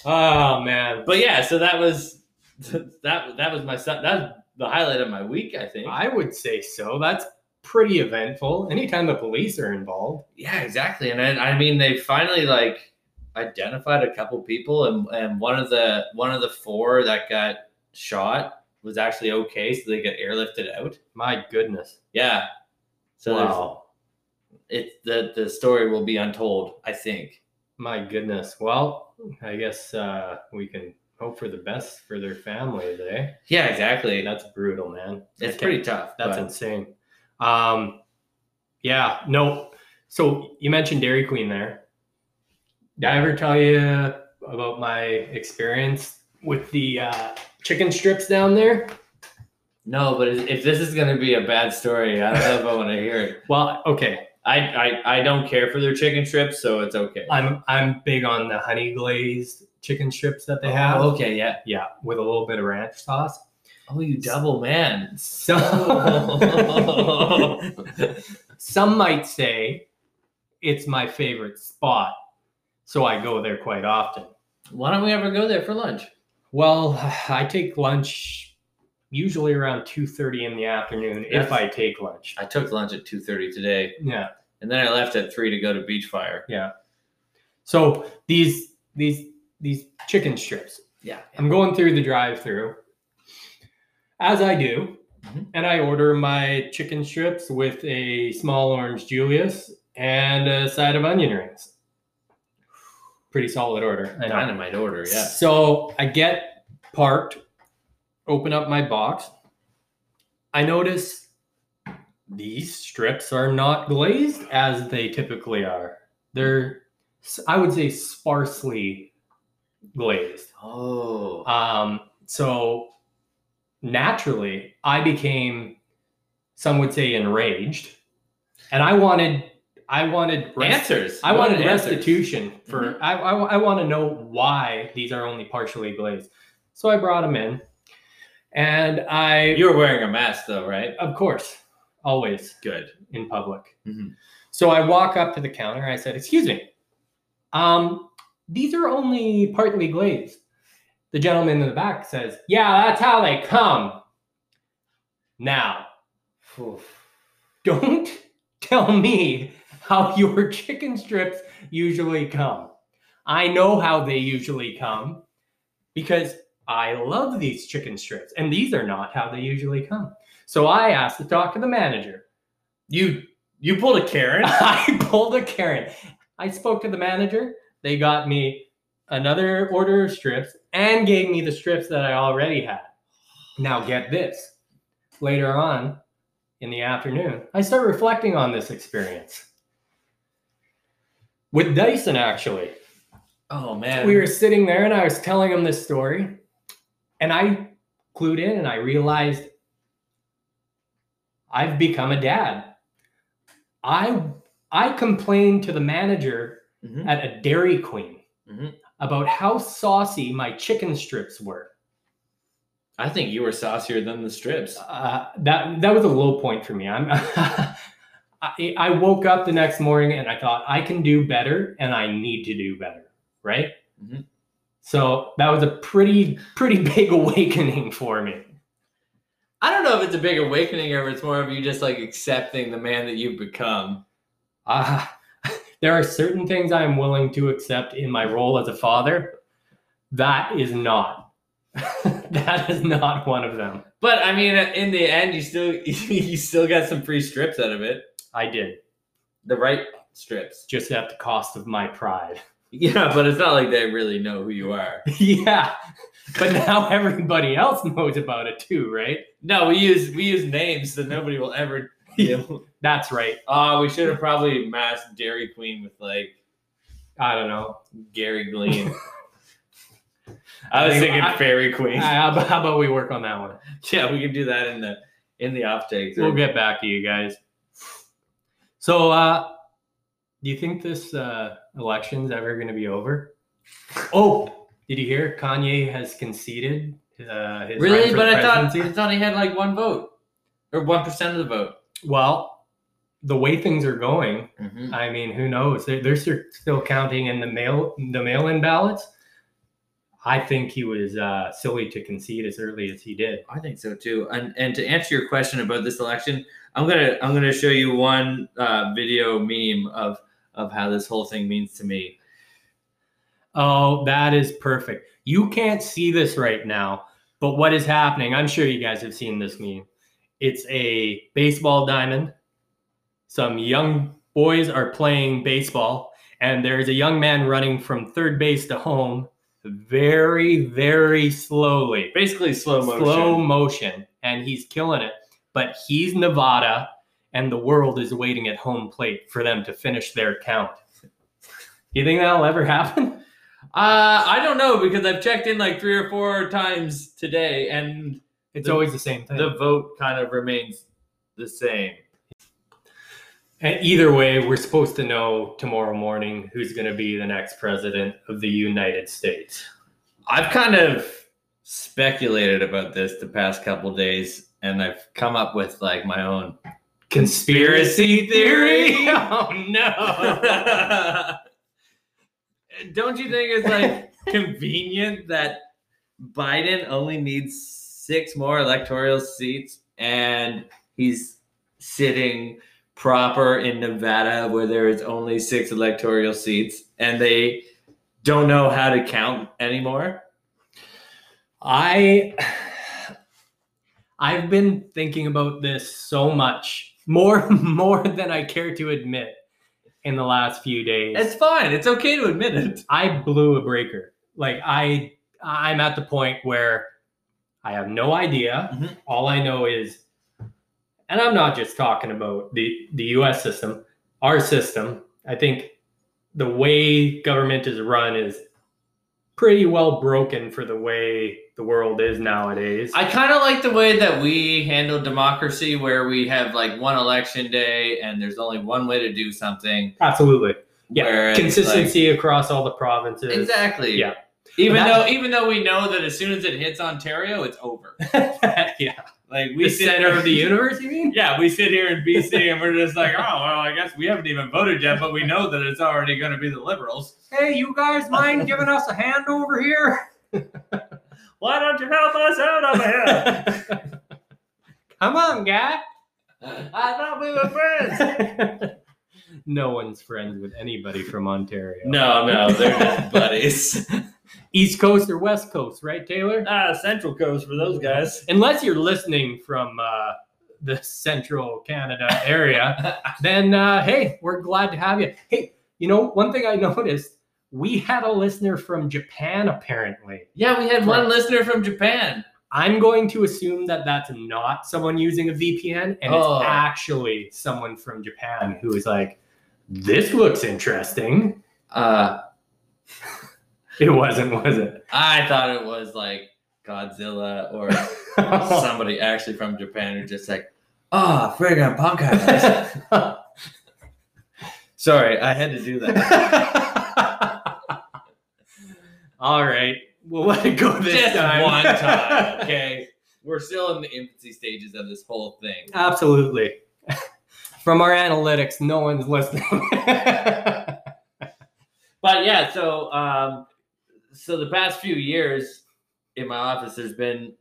[SPEAKER 1] Oh man,
[SPEAKER 2] yeah, so that was that that was my son that was the highlight of my week, I think.
[SPEAKER 1] I would say so. That's pretty eventful. Anytime the police are involved.
[SPEAKER 2] Yeah, exactly. And I, I mean, they finally like identified a couple people, and and one of the one of the four that got shot was actually okay, so they got airlifted out.
[SPEAKER 1] My goodness.
[SPEAKER 2] Yeah. So there's
[SPEAKER 1] wow.
[SPEAKER 2] it the the story will be untold. I think.
[SPEAKER 1] My goodness. Well, I guess uh, we can hope for the best for their families, eh?
[SPEAKER 2] Yeah, exactly.
[SPEAKER 1] That's brutal, man.
[SPEAKER 2] It's
[SPEAKER 1] Okay.
[SPEAKER 2] pretty tough.
[SPEAKER 1] That's
[SPEAKER 2] but-
[SPEAKER 1] insane. Um, yeah, no. So you mentioned Dairy Queen there. Did I ever tell you about my experience with the uh, chicken strips down there?
[SPEAKER 2] no, but if if this is gonna be a bad story, I don't know if I want to hear it.
[SPEAKER 1] Well, okay.
[SPEAKER 2] I, I I don't care for their chicken strips, so it's okay.
[SPEAKER 1] I'm I'm big on the honey glazed chicken strips that they
[SPEAKER 2] Oh,
[SPEAKER 1] have.
[SPEAKER 2] Okay, yeah.
[SPEAKER 1] Yeah, with a little bit of ranch sauce.
[SPEAKER 2] Oh, you double man.
[SPEAKER 1] So
[SPEAKER 2] Oh.
[SPEAKER 1] some might say it's my favorite spot, so I go there quite often.
[SPEAKER 2] Why don't we ever go there for lunch?
[SPEAKER 1] Well, I take lunch usually around two thirty in the afternoon if
[SPEAKER 2] That's-
[SPEAKER 1] I take lunch.
[SPEAKER 2] I took lunch at two thirty today,
[SPEAKER 1] Yeah,
[SPEAKER 2] and then I left at three to go to Beach Fire.
[SPEAKER 1] yeah. So these these these chicken strips.
[SPEAKER 2] Yeah.
[SPEAKER 1] I'm going through the drive-through, as I do,
[SPEAKER 2] Mhm.
[SPEAKER 1] and I order my chicken strips with a small orange Julius and a side of onion rings. Pretty solid order. I know.
[SPEAKER 2] Dynamite order, yeah.
[SPEAKER 1] So I get parked, open up my box. I notice these strips are not glazed as they typically are. They're, s- I would say, sparsely glazed.
[SPEAKER 2] Oh.
[SPEAKER 1] Um, so naturally, I became, some would say, enraged, and I wanted, I wanted rest-
[SPEAKER 2] answers.
[SPEAKER 1] I
[SPEAKER 2] You
[SPEAKER 1] wanted
[SPEAKER 2] answers.
[SPEAKER 1] restitution for.
[SPEAKER 2] Mhm.
[SPEAKER 1] I, I, I want to know why these are only partially glazed. So I brought them in, and I,
[SPEAKER 2] You were wearing a mask though, right?
[SPEAKER 1] of course, always
[SPEAKER 2] Good.
[SPEAKER 1] in public.
[SPEAKER 2] Mhm.
[SPEAKER 1] So I walk up to the counter. I said, "Excuse me, um, these are only partly glazed." The gentleman in the back says, "Yeah, that's how they come." Now, don't tell me how your chicken strips usually come. I know how they usually come because I love these chicken strips, and these are not how they usually come. So I asked to talk to the manager.
[SPEAKER 2] You you pulled a Karen.
[SPEAKER 1] I pulled a Karen. I spoke to the manager. They got me another order of strips and gave me the strips that I already had. Now, get this. Later on in the afternoon, I start reflecting on this experience with Dyson, actually.
[SPEAKER 2] oh man.
[SPEAKER 1] We were sitting there and I was telling him this story, and I clued in and I realized I've become a dad. I I complained to the manager
[SPEAKER 2] Mhm.
[SPEAKER 1] at a Dairy Queen
[SPEAKER 2] Mhm.
[SPEAKER 1] about how saucy my chicken strips were.
[SPEAKER 2] I think you were saucier than the strips.
[SPEAKER 1] Uh, that that was a low point for me. I'm I, I woke up the next morning and I thought I can do better and I need to do better, right?
[SPEAKER 2] Mhm.
[SPEAKER 1] So that was a pretty pretty big awakening for me.
[SPEAKER 2] I don't know if it's a big awakening or if it's more of you just like accepting the man that you've become.
[SPEAKER 1] Uh, there are certain things I am willing to accept in my role as a father. That is not. that is not one of them.
[SPEAKER 2] But I mean, in the end, you still you still got some free strips out of it.
[SPEAKER 1] I did
[SPEAKER 2] The right strips.
[SPEAKER 1] just at the cost of my pride.
[SPEAKER 2] Yeah, but it's not like they really know who you are.
[SPEAKER 1] yeah, but now everybody else knows about it too, right?
[SPEAKER 2] No, we use we use names that nobody will ever. know.
[SPEAKER 1] That's right.
[SPEAKER 2] Ah, we should have probably masked Dairy Queen with like
[SPEAKER 1] I don't know.
[SPEAKER 2] Gary Glean. I was thinking
[SPEAKER 1] I-
[SPEAKER 2] Fairy Queen.
[SPEAKER 1] How about- how about we work on that one?
[SPEAKER 2] yeah, we can do that in the in the off take.
[SPEAKER 1] We'll get back to you guys. So, uh, do you think this uh, election's ever going to be over? Oh, did you hear? Kanye has conceded. Uh, his run
[SPEAKER 2] Really?
[SPEAKER 1] for
[SPEAKER 2] But
[SPEAKER 1] the
[SPEAKER 2] I thought I
[SPEAKER 1] presidency.
[SPEAKER 2] thought he had like one vote or one percent of the vote.
[SPEAKER 1] Well, the way things are going, I mean, who knows? They're, they're still- still counting in the mail the mail in ballots. I think he was uh, silly to concede as early as he did.
[SPEAKER 2] I think so too. And and to answer your question about this election, I'm gonna I'm gonna show you one uh, video meme of of how this whole thing means to me.
[SPEAKER 1] Oh, that is perfect. You can't see this right now, but what is happening? I'm sure you guys have seen this meme. It's a baseball diamond. Some young boys are playing baseball, and there's a young man running from third base to home very, very slowly.
[SPEAKER 2] Basically, slow motion.
[SPEAKER 1] Slow motion, and he's killing it. But he's Nevada, and the world is waiting at home plate for them to finish their count. You think that'll ever happen?
[SPEAKER 2] Uh, I don't know because I've checked in like three or four times today, and
[SPEAKER 1] It's
[SPEAKER 2] The-
[SPEAKER 1] always the same thing.
[SPEAKER 2] the vote kind of remains the same.
[SPEAKER 1] And either way, we're supposed to know tomorrow morning who's going to be the next president of the United States.
[SPEAKER 2] I've kind of speculated about this the past couple days, and I've come up with like my own conspiracy theory.
[SPEAKER 1] oh no!
[SPEAKER 2] Don't you think it's like convenient that Biden only needs six more electoral seats and he's sitting proper in Nevada where there is only six electoral seats and they don't know how to count anymore?
[SPEAKER 1] I I've been thinking about this so much more more than I care to admit in the last few days.
[SPEAKER 2] It's fine. It's okay to admit it.
[SPEAKER 1] I blew a breaker. Like I I'm at the point where I have no idea.
[SPEAKER 2] Mhm.
[SPEAKER 1] All I know is and I'm not just talking about the the US system, our system. I think the way government is run is pretty well broken for the way the world is nowadays.
[SPEAKER 2] I kind of like the way that we handle democracy, where we have like one election day and there's only one way to do something.
[SPEAKER 1] Absolutely. Yeah,
[SPEAKER 2] whereas, like-
[SPEAKER 1] Consistency across all the provinces.
[SPEAKER 2] exactly.
[SPEAKER 1] Yeah.
[SPEAKER 2] Even
[SPEAKER 1] But
[SPEAKER 2] though, even though we know that as soon as it hits Ontario, it's over.
[SPEAKER 1] yeah.
[SPEAKER 2] Like
[SPEAKER 1] The
[SPEAKER 2] we sit
[SPEAKER 1] center of the universe, you mean?
[SPEAKER 2] Yeah, we sit here in BC and we're just like, oh well, I guess we haven't even voted yet, but we know that it's already going to be the Liberals.
[SPEAKER 1] Hey, you guys mind giving us a hand over here?
[SPEAKER 2] Why don't you help us out over here?
[SPEAKER 1] Come on, guy.
[SPEAKER 2] I thought we were friends.
[SPEAKER 1] no one's friends with anybody from Ontario.
[SPEAKER 2] No, no, they're just buddies.
[SPEAKER 1] East Coast or West Coast, right, Taylor?
[SPEAKER 2] Ah, Central Coast for those guys.
[SPEAKER 1] Unless you're listening from uh, the central Canada area, then uh, hey, we're glad to have you. Hey, you know, one thing I noticed we had a listener from Japan apparently.
[SPEAKER 2] Yeah, we had one listener from Japan.
[SPEAKER 1] I'm going to assume that that's not someone using a VPN and
[SPEAKER 2] Oh.
[SPEAKER 1] it's actually someone from Japan who is like, this looks interesting.
[SPEAKER 2] Uh,
[SPEAKER 1] It wasn't, was it?
[SPEAKER 2] I thought it was like Godzilla or somebody actually from Japan who just like, oh, friggin' punk eyes. Sorry, I had to do that.
[SPEAKER 1] All right. We'll let it go this
[SPEAKER 2] just
[SPEAKER 1] time.
[SPEAKER 2] one time, okay? We're still in the infancy stages of this whole thing.
[SPEAKER 1] Absolutely. From our analytics, no one's listening.
[SPEAKER 2] But yeah, so um, so the past few years in my office, there's been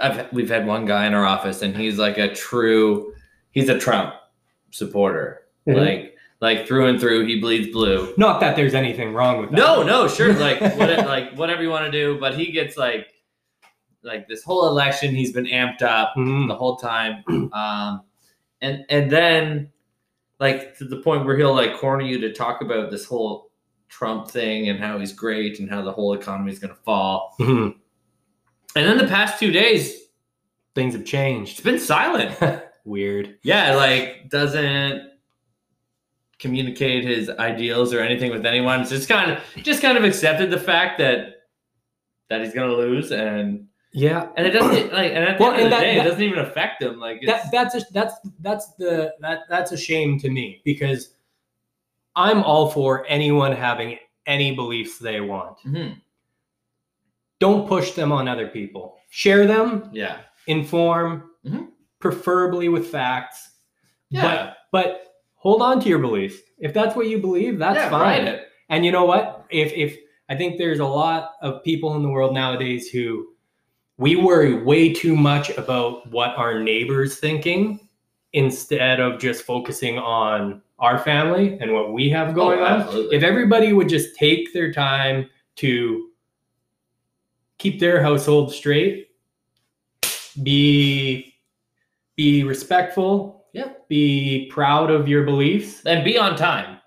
[SPEAKER 2] I've, we've had one guy in our office, and he's like a true, he's a Trump supporter,
[SPEAKER 1] Mhm.
[SPEAKER 2] like like through and through. He bleeds blue.
[SPEAKER 1] Not that there's anything wrong with that.
[SPEAKER 2] No, no, sure, like what, like whatever you want to do, but he gets like like this whole election, he's been amped up.
[SPEAKER 1] Mhm.
[SPEAKER 2] the whole time. Um, and and then like to the point where he'll like corner you to talk about this whole Trump thing and how he's great and how the whole economy is going to fall.
[SPEAKER 1] Mhm.
[SPEAKER 2] And then the past two days,
[SPEAKER 1] Things have
[SPEAKER 2] it's
[SPEAKER 1] changed.
[SPEAKER 2] been silent.
[SPEAKER 1] Weird.
[SPEAKER 2] Yeah, like doesn't communicate his ideals or anything with anyone. It's just kind of just kind of accepted the fact that that he's going to lose and
[SPEAKER 1] Yeah,
[SPEAKER 2] and it doesn't like and at the
[SPEAKER 1] Well,
[SPEAKER 2] end
[SPEAKER 1] and
[SPEAKER 2] of the
[SPEAKER 1] that-
[SPEAKER 2] day,
[SPEAKER 1] that-
[SPEAKER 2] it doesn't even affect him. Like it's,
[SPEAKER 1] that, that's a, that's that's the that that's a shame to me because I'm all for anyone having any beliefs they want.
[SPEAKER 2] Mhm,
[SPEAKER 1] Don't push them on other people. Share them,
[SPEAKER 2] yeah.
[SPEAKER 1] inform,
[SPEAKER 2] Mhm.
[SPEAKER 1] preferably with facts.
[SPEAKER 2] Yeah.
[SPEAKER 1] But but hold on to your beliefs. If that's what you believe, that's
[SPEAKER 2] Yeah,
[SPEAKER 1] fine.
[SPEAKER 2] write it.
[SPEAKER 1] And you know what? If if I think there's a lot of people in the world nowadays who we worry way too much about what our neighbors thinking instead of just focusing on our family and what we have going
[SPEAKER 2] Oh,
[SPEAKER 1] on.
[SPEAKER 2] absolutely.
[SPEAKER 1] If everybody would just take their time to keep their household straight, be be respectful,
[SPEAKER 2] Yeah.
[SPEAKER 1] be proud of your beliefs.
[SPEAKER 2] and be on time.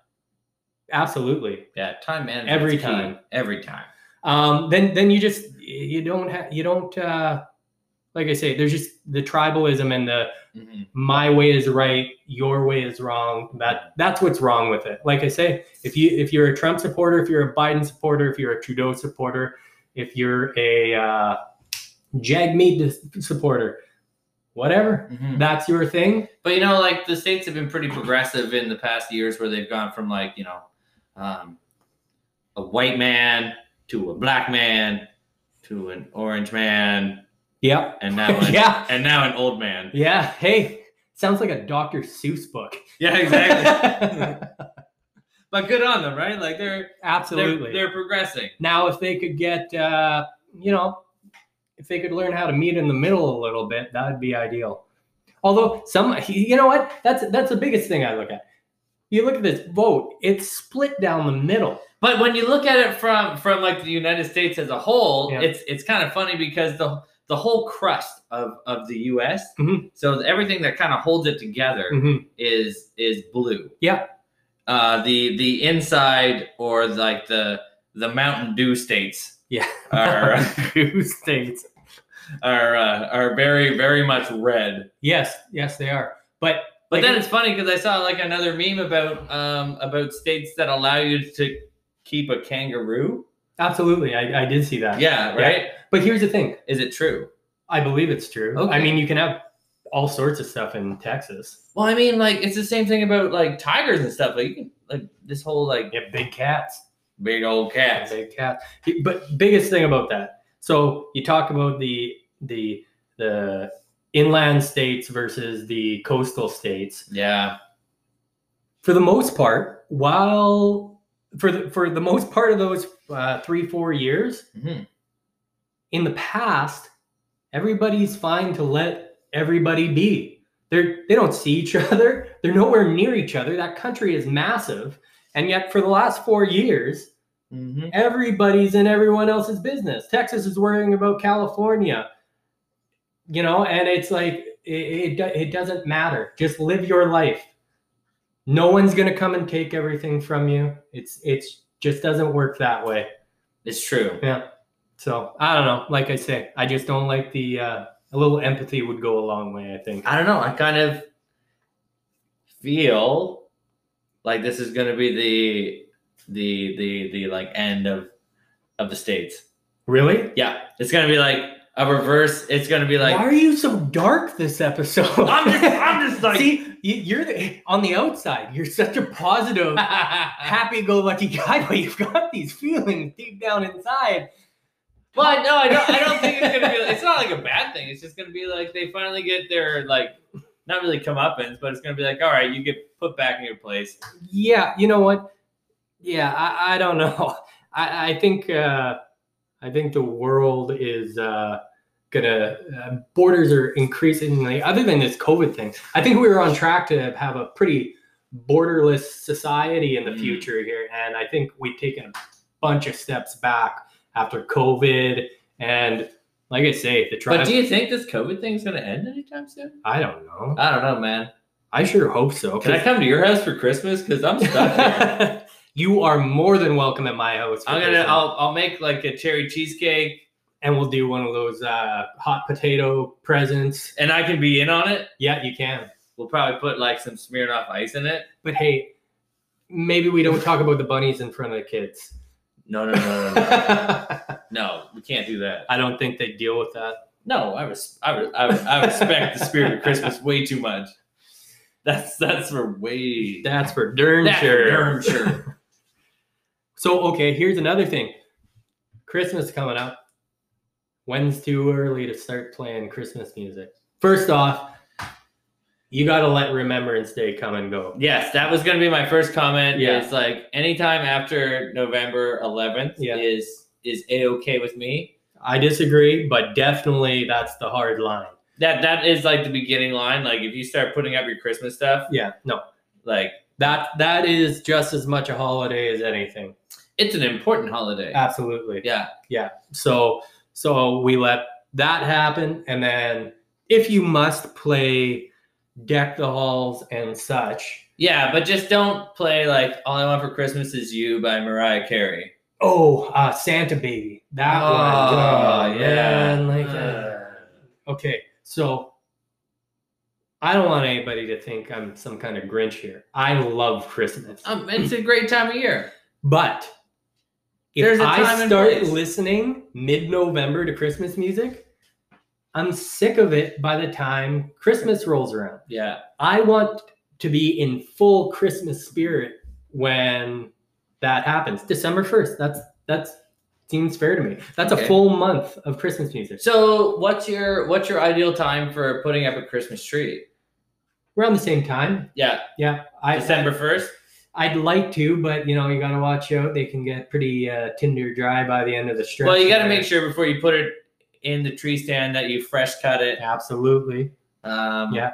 [SPEAKER 1] Absolutely.
[SPEAKER 2] Yeah, time management.
[SPEAKER 1] Every
[SPEAKER 2] is key.
[SPEAKER 1] time.
[SPEAKER 2] Every time.
[SPEAKER 1] um, then then you just you don't have you don't uh, like I say. There's just the tribalism and the
[SPEAKER 2] Mhm.
[SPEAKER 1] my way is right, your way is wrong. That that's what's wrong with it. Like I say, if you if you're a Trump supporter, if you're a Biden supporter, if you're a Trudeau supporter, if you're a uh, Jagmeet dis- supporter, whatever.
[SPEAKER 2] Mm-hmm. Hmm.
[SPEAKER 1] That's your thing.
[SPEAKER 2] But you know, like the states have been pretty progressive in the past years, where they've gone from like you know, um, a white man to a black man to an orange man,
[SPEAKER 1] Yep.
[SPEAKER 2] and now an,
[SPEAKER 1] yeah.
[SPEAKER 2] and now an old man.
[SPEAKER 1] Yeah. Hey, sounds like a Dr. Seuss book.
[SPEAKER 2] Yeah, exactly. but good on them, right? Like they're
[SPEAKER 1] Absolutely.
[SPEAKER 2] they're, they're progressing.
[SPEAKER 1] now, if they could get, uh, you know, if they could learn how to meet in the middle a little bit, that would be ideal. Although some, you know what? That's that's the biggest thing I look at. You look at this vote; it's split down the middle.
[SPEAKER 2] But when you look at it from from like the United States as a whole,
[SPEAKER 1] Yeah.
[SPEAKER 2] it's it's kind of funny because the the whole crust of of the U.S.
[SPEAKER 1] Mhm.
[SPEAKER 2] So everything that kind of holds it together
[SPEAKER 1] Mhm.
[SPEAKER 2] is is blue.
[SPEAKER 1] Yeah.
[SPEAKER 2] Uh, the the inside or like the the Mountain Dew states
[SPEAKER 1] Yeah.
[SPEAKER 2] are
[SPEAKER 1] Two states.
[SPEAKER 2] are uh, are very very much red.
[SPEAKER 1] Yes, yes, they are. But
[SPEAKER 2] But then it's funny because I saw like another meme about um about states that allow you to keep a kangaroo.
[SPEAKER 1] absolutely, I, I did see that.
[SPEAKER 2] Yeah. Right.
[SPEAKER 1] But here's the thing:
[SPEAKER 2] Is it true?
[SPEAKER 1] I believe it's true. I
[SPEAKER 2] Okay.
[SPEAKER 1] mean, you can have all sorts of stuff in Texas.
[SPEAKER 2] Well, I mean, like it's the same thing about like tigers and stuff. Like, you can, like this whole like
[SPEAKER 1] Yeah, big cats.
[SPEAKER 2] big old cat.
[SPEAKER 1] Big cats. But biggest thing about that. So you talk about the the the inland states versus the coastal states.
[SPEAKER 2] Yeah.
[SPEAKER 1] For the most part, while for the, for the most part of those uh, three four years
[SPEAKER 2] Mhm.
[SPEAKER 1] in the past, everybody's fine to let everybody be. They're they don't see each other. They're nowhere near each other. That country is massive, and yet for the last four years,
[SPEAKER 2] Mhm.
[SPEAKER 1] everybody's in everyone else's business. Texas is worrying about California, you know, and it's like it, it, do- it doesn't matter. Just live your life. No one's gonna come and take everything from you. It's it's just doesn't work that way.
[SPEAKER 2] It's true.
[SPEAKER 1] So I don't know. Like I say, I just don't like the uh, a little empathy would go a long way. I think.
[SPEAKER 2] I don't know. I kind of feel like this is going to be the the the the like end of of the states.
[SPEAKER 1] Really?
[SPEAKER 2] Yeah, it's going to be like a reverse. It's going to be like
[SPEAKER 1] Why are you so dark this episode?
[SPEAKER 2] I'm just I'm just like
[SPEAKER 1] See, you, you're the, on the outside. You're such a positive Uh, happy-go-lucky guy, but you've got these feelings deep down inside.
[SPEAKER 2] Well, I know, I don't, I don't think it's gonna be. It's not like a bad thing. It's just gonna be like they finally get their like, not really comeuppance, but it's gonna be like, all right, you get put back in your place.
[SPEAKER 1] Yeah, you know what? Yeah, I, I don't know. I, I think uh, I think the world is uh, gonna uh, borders are increasingly. Other than this COVID thing, I think we were on track to have a pretty borderless society in the
[SPEAKER 2] Mm.
[SPEAKER 1] future here, and I think we've taken a bunch of steps back after COVID. And like I say, the
[SPEAKER 2] But
[SPEAKER 1] tribe.
[SPEAKER 2] do you think this COVID thing is gonna end anytime soon?
[SPEAKER 1] I don't know.
[SPEAKER 2] I don't know, man.
[SPEAKER 1] I sure hope so.
[SPEAKER 2] Can I come to your house for Christmas? Because I'm stuck. Here.
[SPEAKER 1] you are more than welcome at my house. for
[SPEAKER 2] I'm gonna.
[SPEAKER 1] this one.
[SPEAKER 2] I'll, I'll make like a cherry cheesecake,
[SPEAKER 1] and we'll do one of those uh, hot potato presents.
[SPEAKER 2] and I can be in on it.
[SPEAKER 1] Yeah, you can.
[SPEAKER 2] We'll probably put like some Smirnoff ice in it.
[SPEAKER 1] But hey, maybe we don't talk about the bunnies in front of the kids.
[SPEAKER 2] No, no, no, no, no.
[SPEAKER 1] I
[SPEAKER 2] no we can't do that.
[SPEAKER 1] don't think they deal with that.
[SPEAKER 2] No, I res- I, re- I, re- I respect the spirit of Christmas way too much. That's that's for way
[SPEAKER 1] That's for darn
[SPEAKER 2] that's for
[SPEAKER 1] sure.
[SPEAKER 2] darn sure.
[SPEAKER 1] So okay, here's another thing. Christmas coming up. When's too early to start playing Christmas music? First off, you gotta let Remembrance Day come and go.
[SPEAKER 2] Yes, that was gonna be my first comment.
[SPEAKER 1] Yeah.
[SPEAKER 2] It's like anytime after November 11th
[SPEAKER 1] Yeah.
[SPEAKER 2] is is a okay with me.
[SPEAKER 1] I disagree, but definitely that's the hard line.
[SPEAKER 2] That that is like the beginning line. Like if you start putting up your Christmas stuff,
[SPEAKER 1] Yeah, no.
[SPEAKER 2] like
[SPEAKER 1] That that is just as much a holiday as anything.
[SPEAKER 2] it's an important holiday.
[SPEAKER 1] Absolutely.
[SPEAKER 2] yeah.
[SPEAKER 1] So so we let that happen and then if you must play deck the halls and such.
[SPEAKER 2] Yeah, but just don't play like All I Want for Christmas Is You by Mariah Carey.
[SPEAKER 1] Oh, uh Santa Baby. That one.
[SPEAKER 2] Oh, yeah.
[SPEAKER 1] man, like,
[SPEAKER 2] Uh.
[SPEAKER 1] uh, okay, so I don't want anybody to think I'm some kind of Grinch here. I love Christmas.
[SPEAKER 2] Um, it's a great time of year.
[SPEAKER 1] But if
[SPEAKER 2] There's a time
[SPEAKER 1] I
[SPEAKER 2] and
[SPEAKER 1] start
[SPEAKER 2] place.
[SPEAKER 1] listening mid November to Christmas music, I'm sick of it by the time Christmas rolls around.
[SPEAKER 2] Yeah.
[SPEAKER 1] I want to be in full Christmas spirit when that happens. December 1st. That's that's seems fair to me. That's
[SPEAKER 2] Okay.
[SPEAKER 1] a full month of Christmas music.
[SPEAKER 2] So what's your what's your ideal time for putting up a Christmas tree?
[SPEAKER 1] Around the same time.
[SPEAKER 2] Yeah,
[SPEAKER 1] Yeah. I
[SPEAKER 2] December first.
[SPEAKER 1] I'd like to, but you know, you got to watch out. They can get pretty uh, tinder dry by the end of the stretch.
[SPEAKER 2] Well, you got to
[SPEAKER 1] there.
[SPEAKER 2] make sure before you put it in the tree stand that you fresh cut it.
[SPEAKER 1] Absolutely.
[SPEAKER 2] Um,
[SPEAKER 1] Yeah.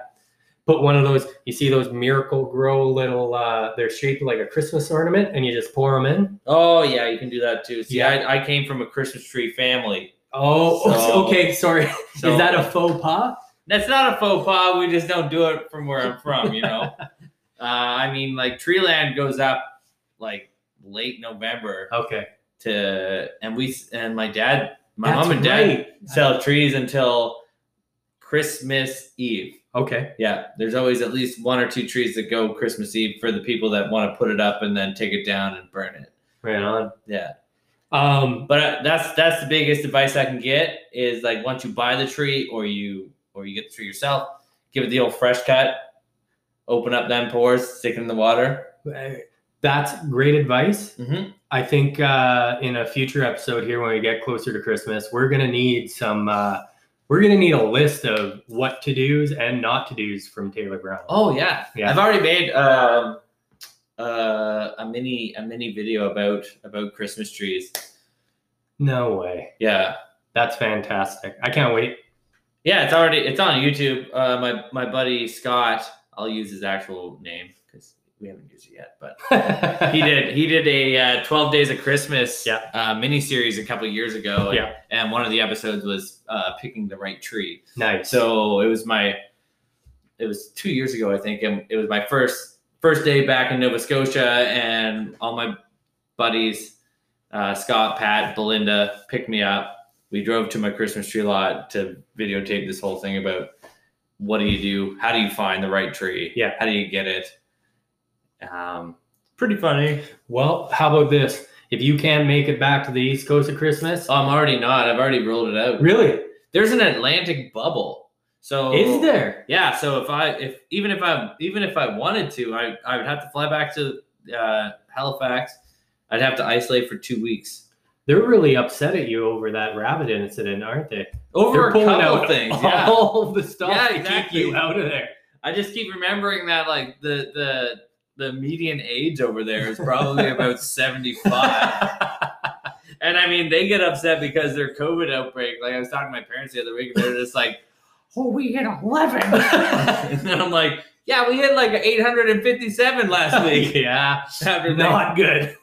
[SPEAKER 1] Put one of those, you see those miracle grow little, uh, they're shaped like a Christmas ornament and you just pour them in.
[SPEAKER 2] Oh yeah, you can do that too. See,
[SPEAKER 1] Yeah.
[SPEAKER 2] I, I came from a Christmas tree family.
[SPEAKER 1] Oh,
[SPEAKER 2] So-
[SPEAKER 1] okay. Sorry.
[SPEAKER 2] So
[SPEAKER 1] Is that a faux pas?
[SPEAKER 2] That's not a faux pas. We just don't do it from where I'm from, you know. uh, I mean, like Treeland goes up like late November
[SPEAKER 1] Okay.
[SPEAKER 2] to, and we and my dad, my
[SPEAKER 1] That's
[SPEAKER 2] mom and dad
[SPEAKER 1] right.
[SPEAKER 2] sell trees until Christmas Eve.
[SPEAKER 1] Okay.
[SPEAKER 2] Yeah, there's always at least one or two trees that go Christmas Eve for the people that want to put it up and then take it down and burn it.
[SPEAKER 1] Right on.
[SPEAKER 2] Yeah,
[SPEAKER 1] Um,
[SPEAKER 2] but uh, that's that's the biggest advice I can get is like once you buy the tree or you or you get the tree yourself, give it the old fresh cut, open up them pores, stick it in the water.
[SPEAKER 1] that's great advice.
[SPEAKER 2] Mm-hmm.
[SPEAKER 1] I think uh, in a future episode here, when we get closer to Christmas, we're gonna need some. Uh, we're gonna need a list of what to dos and not to dos from Taylor Brown.
[SPEAKER 2] Oh yeah,
[SPEAKER 1] Yeah.
[SPEAKER 2] I've already made um, uh, a mini a mini video about about Christmas trees.
[SPEAKER 1] No way.
[SPEAKER 2] Yeah.
[SPEAKER 1] That's fantastic. I can't wait.
[SPEAKER 2] Yeah, it's already it's on YouTube. Uh, my my buddy Scott, I'll use his actual name because we haven't used it yet, but he did he did a uh, Twelve Days of Christmas
[SPEAKER 1] Yeah.
[SPEAKER 2] uh, mini series a couple years ago. And,
[SPEAKER 1] Yeah.
[SPEAKER 2] and one of the episodes was uh, picking the right tree.
[SPEAKER 1] nice.
[SPEAKER 2] So it was my it was two years ago, I think, and it was my first first day back in Nova Scotia, and all my buddies, uh, Scott, Pat, Belinda, picked me up. We drove to my Christmas tree lot to videotape this whole thing about what do you do, how do you find the right tree,
[SPEAKER 1] Yeah.
[SPEAKER 2] how do you get it. Um, pretty funny.
[SPEAKER 1] well, how about this? If you can't make it back to the East Coast at Christmas,
[SPEAKER 2] Oh, I'm already not. I've already ruled it out.
[SPEAKER 1] really,
[SPEAKER 2] There's an Atlantic bubble. So
[SPEAKER 1] is there?
[SPEAKER 2] Yeah, so if I if even if I even if I wanted to, I I would have to fly back to uh, Halifax. I'd have to isolate for two weeks
[SPEAKER 1] They're really upset at you over that rabbit incident, aren't they?
[SPEAKER 2] over
[SPEAKER 1] They're
[SPEAKER 2] a couple
[SPEAKER 1] pulling out
[SPEAKER 2] things. Yeah,
[SPEAKER 1] all the stuff
[SPEAKER 2] Yeah,
[SPEAKER 1] to
[SPEAKER 2] exactly.
[SPEAKER 1] keep you out of there.
[SPEAKER 2] I just keep remembering that like the the the median age over there is probably about seventy five. And I mean, they get upset because their COVID outbreak. Like I was talking to my parents the other week, and they're just like, "Oh, we hit 11. and then I'm like, "Yeah, we hit like 857 last week."
[SPEAKER 1] yeah,
[SPEAKER 2] After they-
[SPEAKER 1] not good.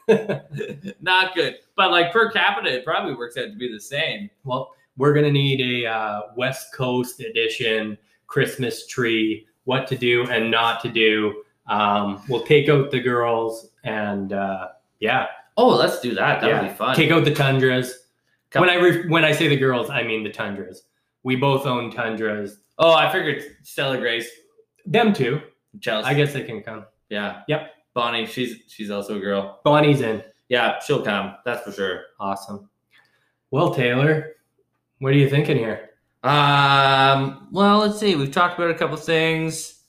[SPEAKER 2] not good. But like per capita, it probably works out to be the same.
[SPEAKER 1] Well, we're gonna need a uh, West Coast edition Christmas tree. What to do and not to do. Um, we'll take out the girls and uh, yeah,
[SPEAKER 2] Oh, let's do that. That would
[SPEAKER 1] Yeah.
[SPEAKER 2] be fun.
[SPEAKER 1] take out the tundras.
[SPEAKER 2] Come-
[SPEAKER 1] When I re- when I say the girls, I mean the tundras. We both own tundras.
[SPEAKER 2] oh, I figured Stella Grace,
[SPEAKER 1] Them too.
[SPEAKER 2] Chelsea.
[SPEAKER 1] I guess they can come.
[SPEAKER 2] yeah.
[SPEAKER 1] Yep.
[SPEAKER 2] Bonnie, she's she's also a girl.
[SPEAKER 1] Bonnie's in.
[SPEAKER 2] Yeah, she'll come. That's for sure.
[SPEAKER 1] Awesome. Well, Taylor, what are you thinking here?
[SPEAKER 2] Um. Well, let's see. We've talked about a couple things.